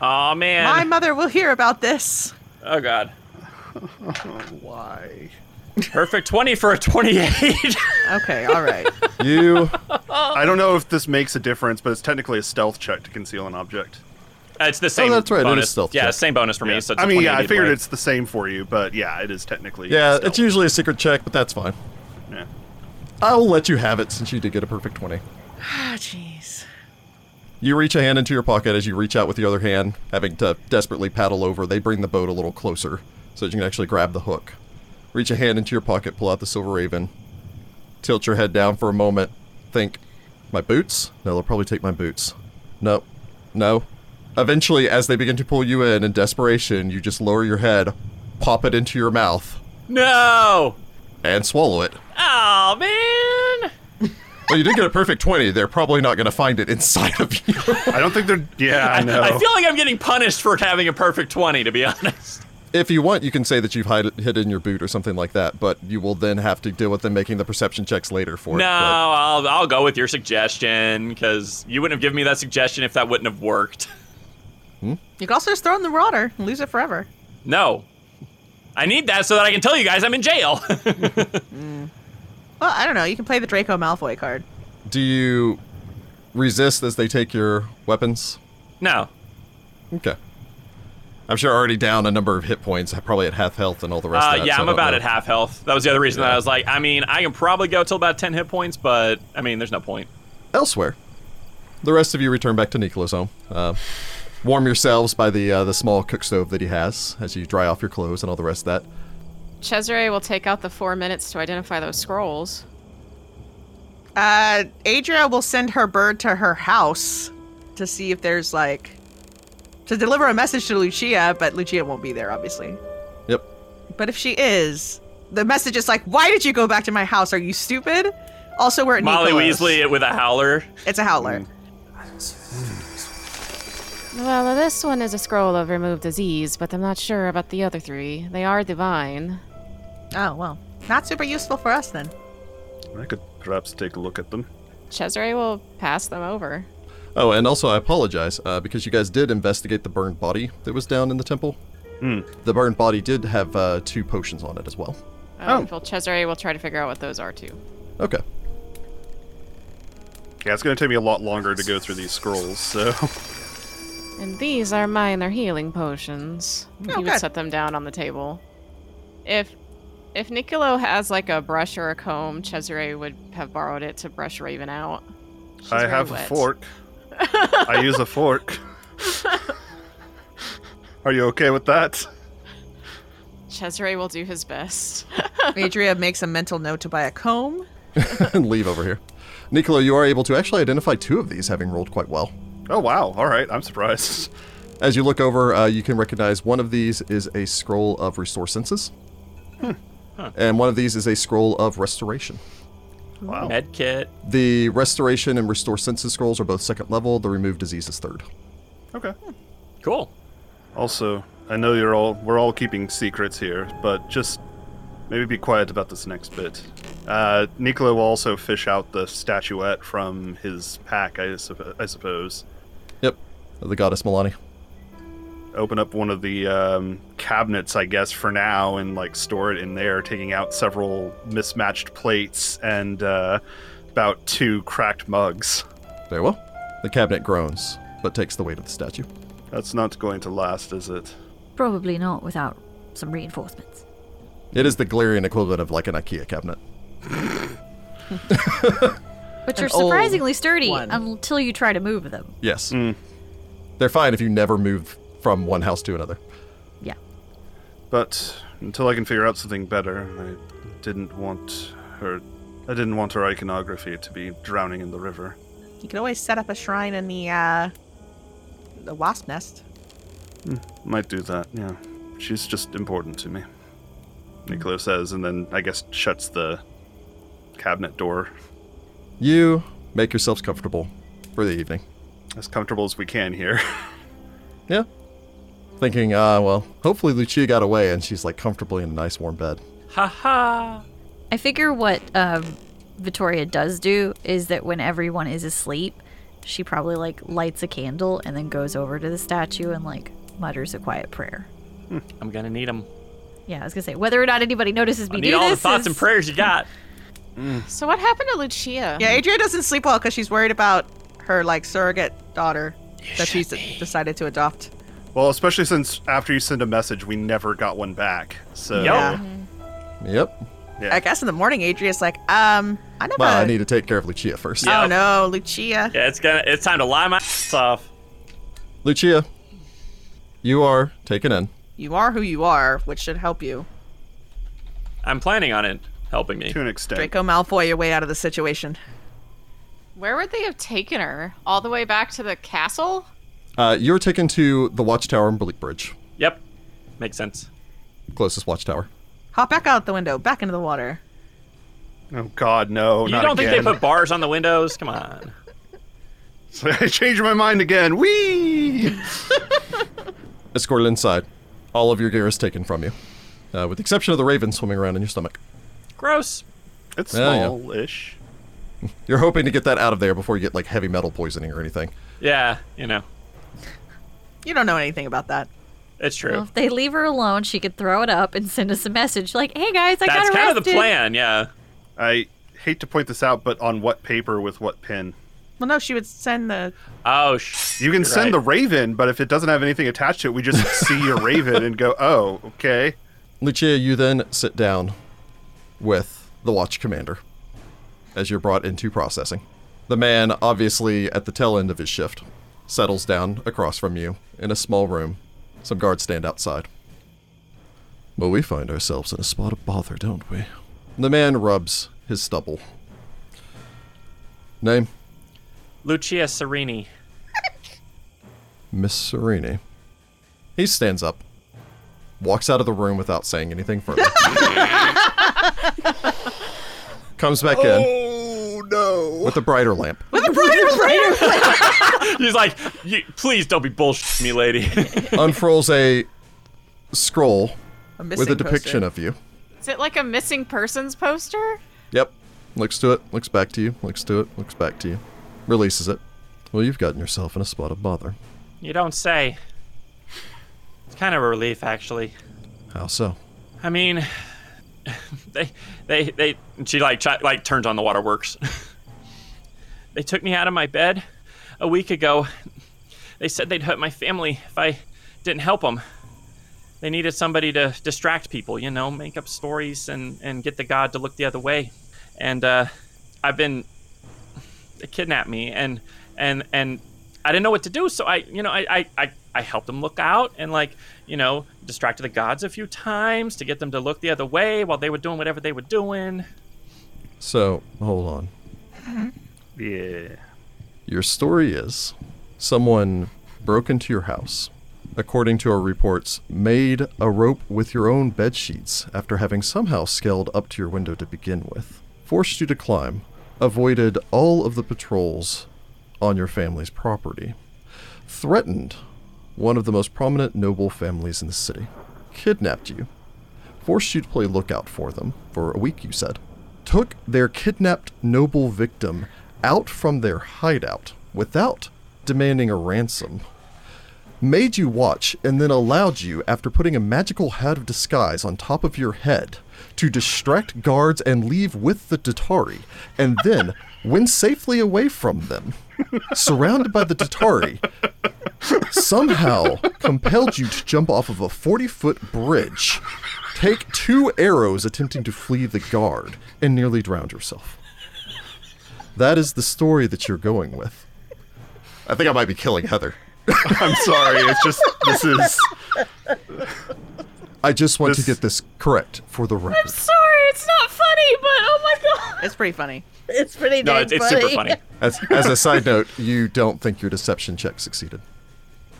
Oh My man. mother will hear about this. oh god. Why? Perfect twenty for a twenty-eight. Okay, all right. You I don't know if this makes a difference, but it's technically a stealth check to conceal an object. it's the same. Oh, that's right, it is Bonus. stealth yeah, check. same bonus for me. Yeah. So it's I a mean, 28 yeah, I either figured way. it's the same for you, but yeah, it is technically. Yeah, stealth. it's usually a secret check, but that's fine. Yeah. I'll let you have it since you did get a perfect 20. Ah, jeez. You reach a hand into your pocket as you reach out with the other hand, having to desperately paddle over. They bring the boat a little closer so that you can actually grab the hook. Reach a hand into your pocket, pull out the Silver Raven, tilt your head down for a moment, think, my boots? No, they'll probably take my boots. No, no. Eventually, as they begin to pull you in in desperation, you just lower your head, pop it into your mouth, No. and swallow it. Oh man. Well, you did get a perfect 20. They're probably not going to find it inside of you. I don't think they're. Yeah, I know. I feel like I'm getting punished for having a perfect 20, to be honest. if you want, you can say that you've hide it, hid it in your boot or something like that, but you will then have to deal with them making the perception checks later for No, it. but- I'll, I'll go with your suggestion because you wouldn't have given me that suggestion if that wouldn't have worked. You could also just throw it in the water and lose it forever. No. I need that so that I can tell you guys I'm in jail. Well, I don't know. You can play the Draco Malfoy card. Do you resist as they take your weapons? no. Okay. I'm sure already down a number of hit points, probably at half health and all the rest of Uh, that. yeah, so I I'm don't about know. at half health. That was the other reason that Yeah. I was like, I mean, I can probably go till about 10 hit points, but I mean, there's no point. Elsewhere, the rest of you return back to Nicola's home. Uh, warm yourselves by the uh, the small cook stove that he has as you dry off your clothes and all the rest of that. Cesare will take out the four minutes to identify those scrolls. Uh, Adria will send her bird to her house to see if there's like to deliver a message to Lucia, but Lucia won't be there, obviously. Yep. But if she is, the message is like, "Why did you go back to my house? Are you stupid?" Also, we're at Molly Nicolas. Weasley with a howler. It's a howler. Well, this one is a scroll of remove disease, but I'm not sure about the other three. They are divine. Oh well, not super useful for us then. I could perhaps take a look at them. Cesare will pass them over. Oh, and also I apologize uh, because you guys did investigate the burned body that was down in the temple. The burned body did have uh, two potions on it as well. Oh. Um, Well, Cesare will try to figure out what those are too. Okay. Yeah, it's going to take me a lot longer to go through these scrolls, so. And these are minor healing potions. Oh, he would good. set- Set them down on the table. If if Niccolo has like a brush or a comb, Cesare would have borrowed it to brush Raven out. She's I very have a wet. fork. I use a fork. Are you okay with that? Cesare will do his best. Adria makes a mental note to buy a comb. and leave over here. Niccolo, you are able to actually identify two of these, having rolled quite well. Oh, wow. All right. I'm surprised. As you look over, uh, you can recognize one of these is a scroll of restore senses, and one of these is a scroll of restoration. Wow. Med kit. The restoration and restore senses scrolls are both second level. The remove disease is third. Okay. Cool. Also, I know you're all we're all keeping secrets here, but just maybe be quiet about this next bit. Uh, Nicola will also fish out the statuette from his pack, I, suppo- I suppose. Yep. The goddess Milani. Open up one of the um, cabinets, I guess, for now, and like store it in there, taking out several mismatched plates and uh, about two cracked mugs. Very well. The cabinet groans, but takes the weight of the statue. That's not going to last, is it? Probably not without some reinforcements. It is the Galarian equivalent of like an IKEA cabinet. Which An are surprisingly old sturdy one. until you try to move them. Yes. They're fine if you never move from one house to another. Yeah. But until I can figure out something better, I didn't want her. I didn't want her iconography to be drowning in the river. You can always set up a shrine in the uh, the wasp nest. Might do that, yeah. She's just important to me. Niccolo says, and then I guess shuts the cabinet door You make yourselves comfortable for the evening. as comfortable as we can here. Yeah. Thinking, uh, well, hopefully Lucia got away and she's like comfortably in a nice warm bed. Ha ha. I figure what um, Vittoria does do is that when everyone is asleep, she probably like lights a candle and then goes over to the statue and like mutters a quiet prayer. I'm gonna need them. Yeah, I was gonna say whether or not anybody notices me I do need all the this thoughts is- and prayers you got. So what happened to Lucia? Yeah, Adria doesn't sleep well because she's worried about her like surrogate daughter that she's decided to adopt. Well, especially since after you send a message, we never got one back. So Yep. Yeah. Yep. yeah. I guess in the morning, Adria's like, um, I never. Well, I need to take care of Lucia first. Yeah. Oh no, Lucia. Yeah, it's gonna. It's time to lie my ass off. Lucia, you are taken in. You are who you are, which should help you. I'm planning on it helping me. to an extent. Draco Malfoy, your way out of the situation. Where would they have taken her? All the way back to the castle? Uh, you're taken to the watchtower in Bleak Bridge, Yep, makes sense. closest watchtower. Hop back out the window, back into the water. Oh God, no! You not don't think again. they put bars on the windows? Come on. I changed my mind again. Wee! Escorted inside. All of your gear is taken from you, uh, with the exception of the raven swimming around in your stomach. Gross. It's Yeah, yeah. smallish. You're hoping to get that out of there before you get like heavy metal poisoning or anything. Yeah, you know, You don't know anything about that. it's true. Well, if they leave her alone, she could throw it up and send us a message like, "Hey guys, I That's got arrested." kind of the plan. Yeah. I hate to point this out, but on what paper with what pen? Well, no, she would send the. Oh sh. You can You're send the right. raven, but if it doesn't have anything attached to it, we just see a raven and go, "Oh, okay." Lucia, you then sit down with the watch commander as you're brought into processing. The man, obviously at the tail end of his shift, settles down across from you in a small room. Some guards stand outside. Well, we find ourselves in a spot of bother, don't we? The man rubs his stubble. Name? Lucia Serini. Miss Serini. He stands up, walks out of the room without saying anything further. Comes back in Oh no! with a brighter lamp. He's like, "You- please don't be bullshitting me, lady. Unfurls a scroll A with a depiction of you. Is it like a missing persons poster? Yep. Looks to it, looks back to you, looks to it, looks back to you. Releases it. Well, you've gotten yourself in a spot of bother. you don't say. It's kind of a relief, actually. How so? I mean, they, they, they. and She like, chi- like turns on the waterworks. they took me out of my bed a week ago. They said they'd hurt my family if I didn't help them. They needed somebody to distract people, you know, make up stories and and get the god to look the other way. And uh, I've been they kidnapped me, and and and I didn't know what to do, so I, you know, I I. I I helped them look out and like, you know, distracted the gods a few times to get them to look the other way while they were doing whatever they were doing. So, hold on. Yeah. Your story is someone broke into your house. According to our reports, made a rope with your own bed sheets after having somehow scaled up to your window to begin with, forced you to climb, avoided all of the patrols on your family's property, threatened one of the most prominent noble families in the city, kidnapped you, forced you to play lookout for them for a week, you said. Took their kidnapped noble victim out from their hideout without demanding a ransom. Made you watch and then allowed you, after putting a magical hat of disguise on top of your head, to distract guards and leave with the Tatari. And then, when safely away from them, surrounded by the Tatari, somehow compelled you to jump off of a 40 foot bridge, take two arrows attempting to flee the guard, and nearly drowned yourself. That is the story that you're going with. I think I might be killing Heather. I'm sorry. It's just this is I just want This- to get this correct for the record. Sorry, it's not funny, but oh my god. It's pretty funny. It's pretty No, dang it's, it's super funny. As, as a side note, you don't think your deception check succeeded.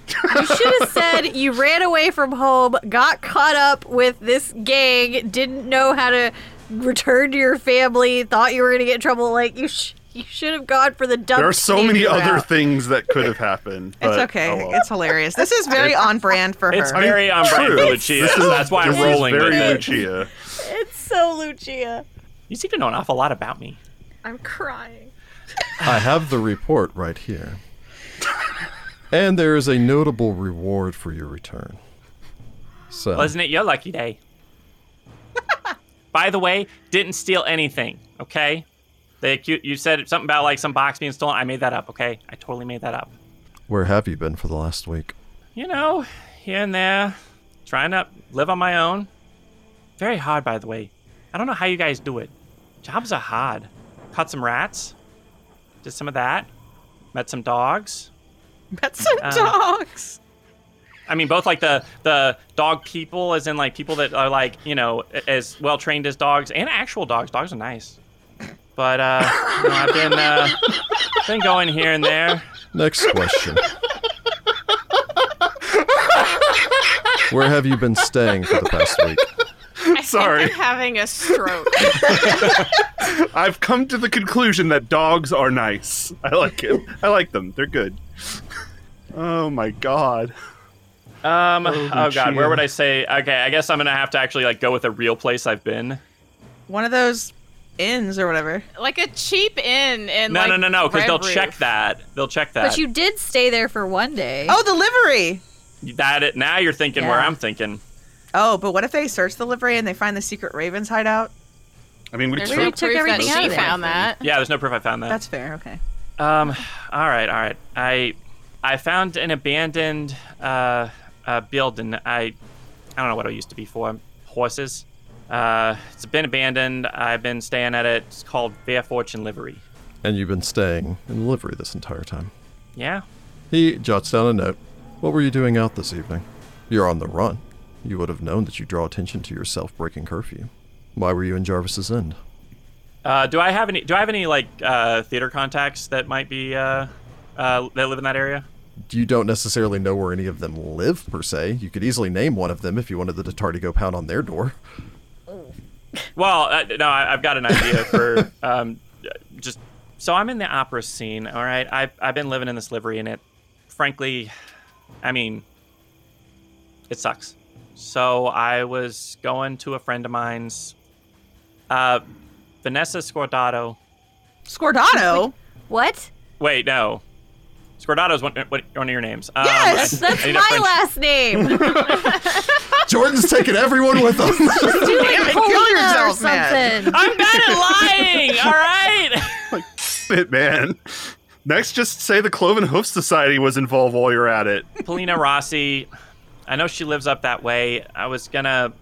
You should have said you ran away from home, got caught up with this gang, didn't know how to return to your family, thought you were going to get in trouble. Like, you, sh- you should have gone for the dumb there are so sneaky many other route. things that could have happened. It's but- okay. oh well. It's hilarious. This is very on brand for It's her. very um, on brand for True. Lucia. This so is- that's why I'm this is rolling with very it. Lucia. It's so Lucia. You seem to know an awful lot about me. I'm crying. I have the report right here. And there is a notable reward for your return. So Wasn't it your lucky day? By the way, didn't steal anything, okay? They acu- you said something about like some box being stolen. I made that up, okay? I totally made that up. Where have you been for the last week? You know, here and there, trying to live on my own. Very hard, by the way. I don't know how you guys do it. Jobs are hard. Caught some rats, did some of that, met some dogs. That's some Uh, dogs. I mean, both like the the dog people, as in like people that are like you know a- as well trained as dogs, and actual dogs. Dogs are nice, but uh, you know, I've been uh, been going here and there. Next question. Where have you been staying for the past week? I Sorry. think I'm having a stroke. I've come to the conclusion that dogs are nice. I like it. I like them. They're good. Oh my god. Um, oh, god, where Lucia. would I say? Okay, I guess I'm gonna have to actually like go with a real place I've been. One of those inns or whatever. like a cheap inn and No, like no, no, no, because Red they'll Roof. check that. They'll check that. But you did stay there for one day. Oh, the livery. that it, now you're thinking where Yeah. I'm thinking. Oh, but what if they search the livery and they find the secret Ravens hideout? I mean, we There's took no We took proof everything that out she of there. found that. Yeah, there's no proof I found that. That's fair. Okay. Um, all right, all right. I I found an abandoned uh, uh building. I I don't know what it used to be for horses. Uh, it's been abandoned. I've been staying at it. It's called Bear Fortune Livery. And you've been staying in livery this entire time. Yeah. He jots down a note. What were you doing out this evening? You're on the run. You would have known that you draw attention to yourself breaking curfew. Why were you in Jarvis's End? Uh, do I have any? Do I have any like uh, theater contacts that might be uh, uh, that live in that area? You don't necessarily know where any of them live, per se. You could easily name one of them if you wanted the Tatar to go pound on their door. Well, uh, no, I, I've got an idea for um, just. So I'm in the opera scene, all right. I've I've been living in this livery, and it, frankly, I mean, it sucks. So I was going to a friend of mine's, uh, Vanessa Scordato. Scordato. What? Wait, no, Scordato is one, one one of your names. Um, Yes! I- I That's need a my French- last name. Jordan's taking everyone with him! kill Polina or yourself, man. something. I'm bad at lying. All right. it, man. Next, just say the Cloven Hoof Society was involved while you're at it. Polina Rossi, I know she lives up that way. I was gonna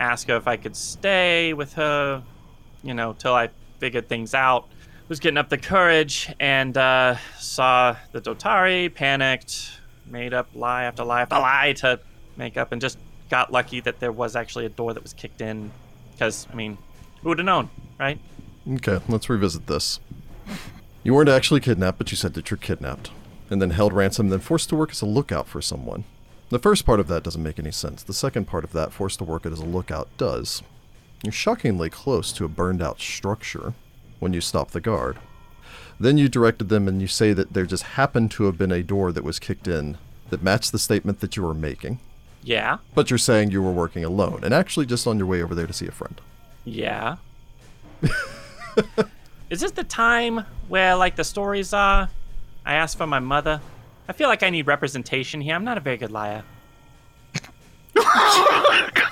ask her if I could stay with her, you know, till I figured things out. Was getting up the courage and uh, saw the Dotari, panicked, made up lie after lie after lie to make up, and just got lucky that there was actually a door that was kicked in. Because I mean, who would have known, right? Okay, let's revisit this. You weren't actually kidnapped, but you said that you're kidnapped, and then held ransom, then forced to work as a lookout for someone. The first part of that doesn't make any sense. The second part of that, forced to work as a lookout, does. You're shockingly close to a burned out structure when you stop the guard. Then you directed them, and you say that there just happened to have been a door that was kicked in that matched the statement that you were making, Yeah, but you're saying you were working alone, and actually just on your way over there to see a friend. yeah. Is this the time where like the stories are? I asked for my mother. I feel like I need representation here. I'm not a very good liar. Why?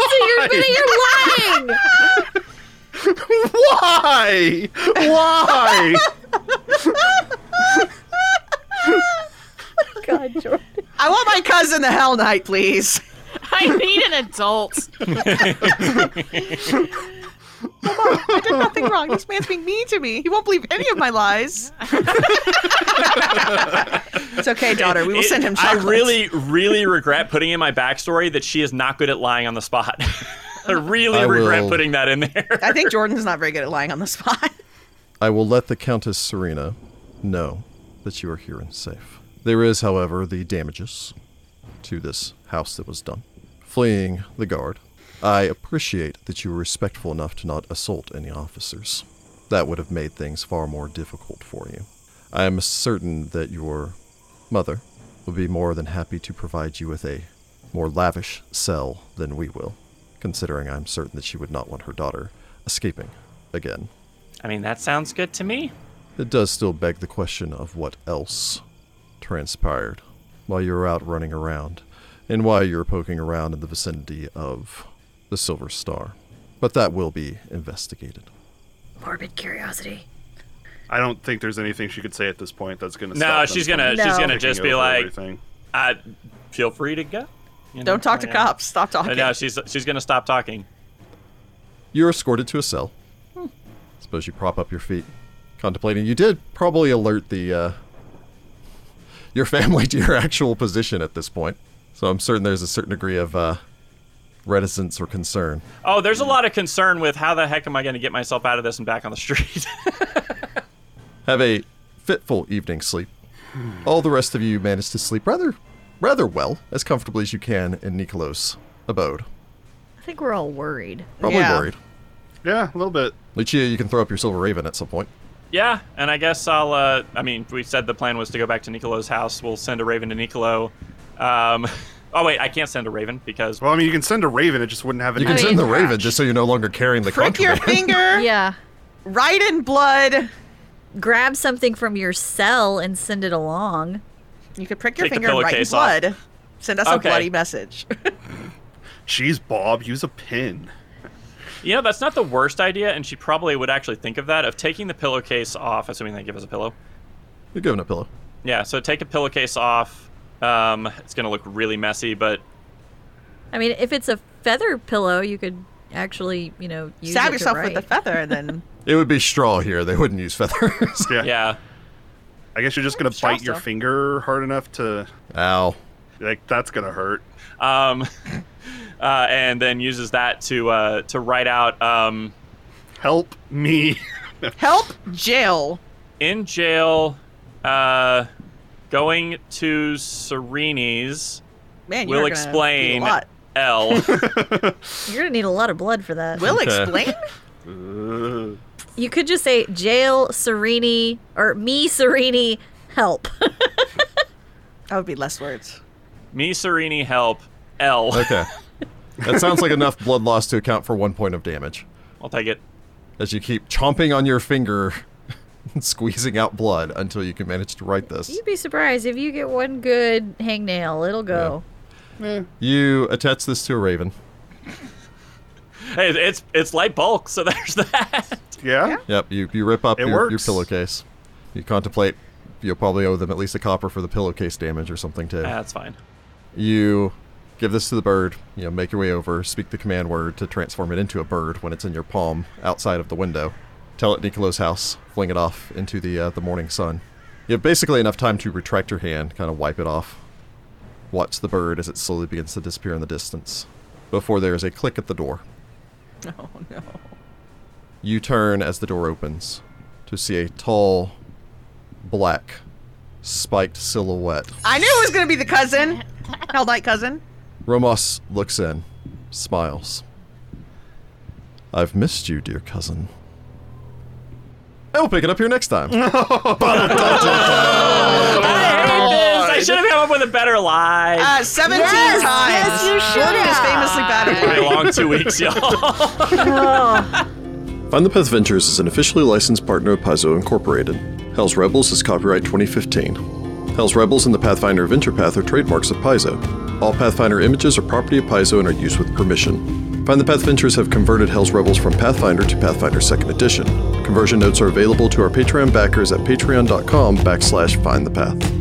Why? I want my cousin the Hell Knight, please. I need an adult. I did nothing wrong. This man's being mean to me. He won't believe any of my lies. it's okay, daughter. We will It- send him I chocolates. really, really regret putting in my backstory that she is not good at lying on the spot. I really I regret will- putting that in there. I think Jordan's not very good at lying on the spot. I will let the Countess Serena know that you are here and safe. There is, however, the damages to this house that was done. Fleeing the guard, I appreciate that you were respectful enough to not assault any officers. That would have made things far more difficult for you. I am certain that your mother will be more than happy to provide you with a more lavish cell than we will, considering I'm certain that she would not want her daughter escaping again. I mean, that sounds good to me. It does still beg the question of what else transpired while you were out running around and why you were poking around in the vicinity of the Silver Star. But that will be investigated. Morbid curiosity. I don't think there's anything she could say at this point that's gonna. No, stop them she's from gonna, she's No. gonna just taking be over like, everything. I, feel free to go. You know, Don't talk to yeah. cops. Stop Uh, talking. No, she's she's gonna stop talking. You're escorted to a cell. Hmm. Suppose you prop up your feet, contemplating. You did probably alert the uh, your family to your actual position at this point, so I'm certain there's a certain degree of uh, reticence or concern. Oh, there's a lot of concern with how the heck am I gonna get myself out of this and back on the street? have a fitful evening sleep. All the rest of you manage to sleep rather, rather well, as comfortably as you can in Nikolo's abode. I think we're all worried. Probably Yeah. worried. Yeah, a little bit. Lucia, you can throw up your silver raven at some point. yeah, and I guess I'll. Uh, I mean, we said the plan was to go back to Nicolo's house. We'll send a raven to Nicolo. Um, oh wait, I can't send a raven because Well, I mean, you can send a raven. It just wouldn't have any. You can mean, send the scratch. raven just so you're no longer carrying the Prick your contraband. finger. Yeah. Right in blood. Grab something from your cell and send it along. You could prick your Take the finger and write in pillowcase off. blood. Send us Okay. a bloody message. Jeez, Bob, use a pin. you know that's not the worst idea, and she probably would actually think of that of taking the pillowcase off, assuming they give us a pillow. You're given a pillow. Yeah, so take a pillowcase off. Um, it's gonna look really messy, but I mean, if it's a feather pillow, you could actually, you know, use it Stab to yourself with the write. feather and then It would be straw here. They wouldn't use feathers. Yeah. yeah. I guess you're just gonna bite your Shasta. finger hard enough to Ow. like that's gonna hurt. Um, uh, and then uses that to uh, to write out. Um, Help me. help jail. in jail, uh, going to Serene's Man, you will are gonna do explain A lot. L. You're gonna need a lot of blood for that. Will Okay. explain. Ugh. You could just say jail Sereni or me Sereni help. That would be less words. Me, Serene, help L. Okay. that sounds like enough blood loss to account for one point of damage. I'll take it. As you keep chomping on your finger, and squeezing out blood until you can manage to write this. You'd be surprised if you get one good hangnail, it'll go. You attach this to a raven. Hey, it's it's light bulk, so there's that. Yeah. Yep, you, you rip up It your, your works. pillowcase. You contemplate you'll probably owe them at least a copper for the pillowcase damage or something too. Ah, That's fine. You give this to the bird, you know, make your way over, speak the command word to transform it into a bird when it's in your palm outside of the window. Tell it Nicolo's house, fling it off into the uh, the morning sun. You have basically enough time to retract your hand, kind of wipe it off. Watch the bird as it slowly begins to disappear in the distance before there is a click at the door. Oh no. You turn as the door opens to see a tall, black, spiked silhouette. I knew it was gonna be the cousin. Hell night cousin. Romos looks in, smiles. I've missed you, dear cousin. I will pick it up here next time. I should have come up with a better lie. Uh, Seventeen Yes, times. yes, you should Jordan is have. famously bad at Pretty long two weeks, y'all. Find the Path Ventures is an officially licensed partner of Paizo Incorporated. Hell's Rebels is copyright 2015. Hell's Rebels and the Pathfinder Adventure Path are trademarks of Paizo. All Pathfinder images are property of Paizo and are used with permission. Find the Path Ventures have converted Hell's Rebels from Pathfinder to Pathfinder 2nd Edition. Conversion notes are available to our Patreon backers at patreon.com backslash find the path.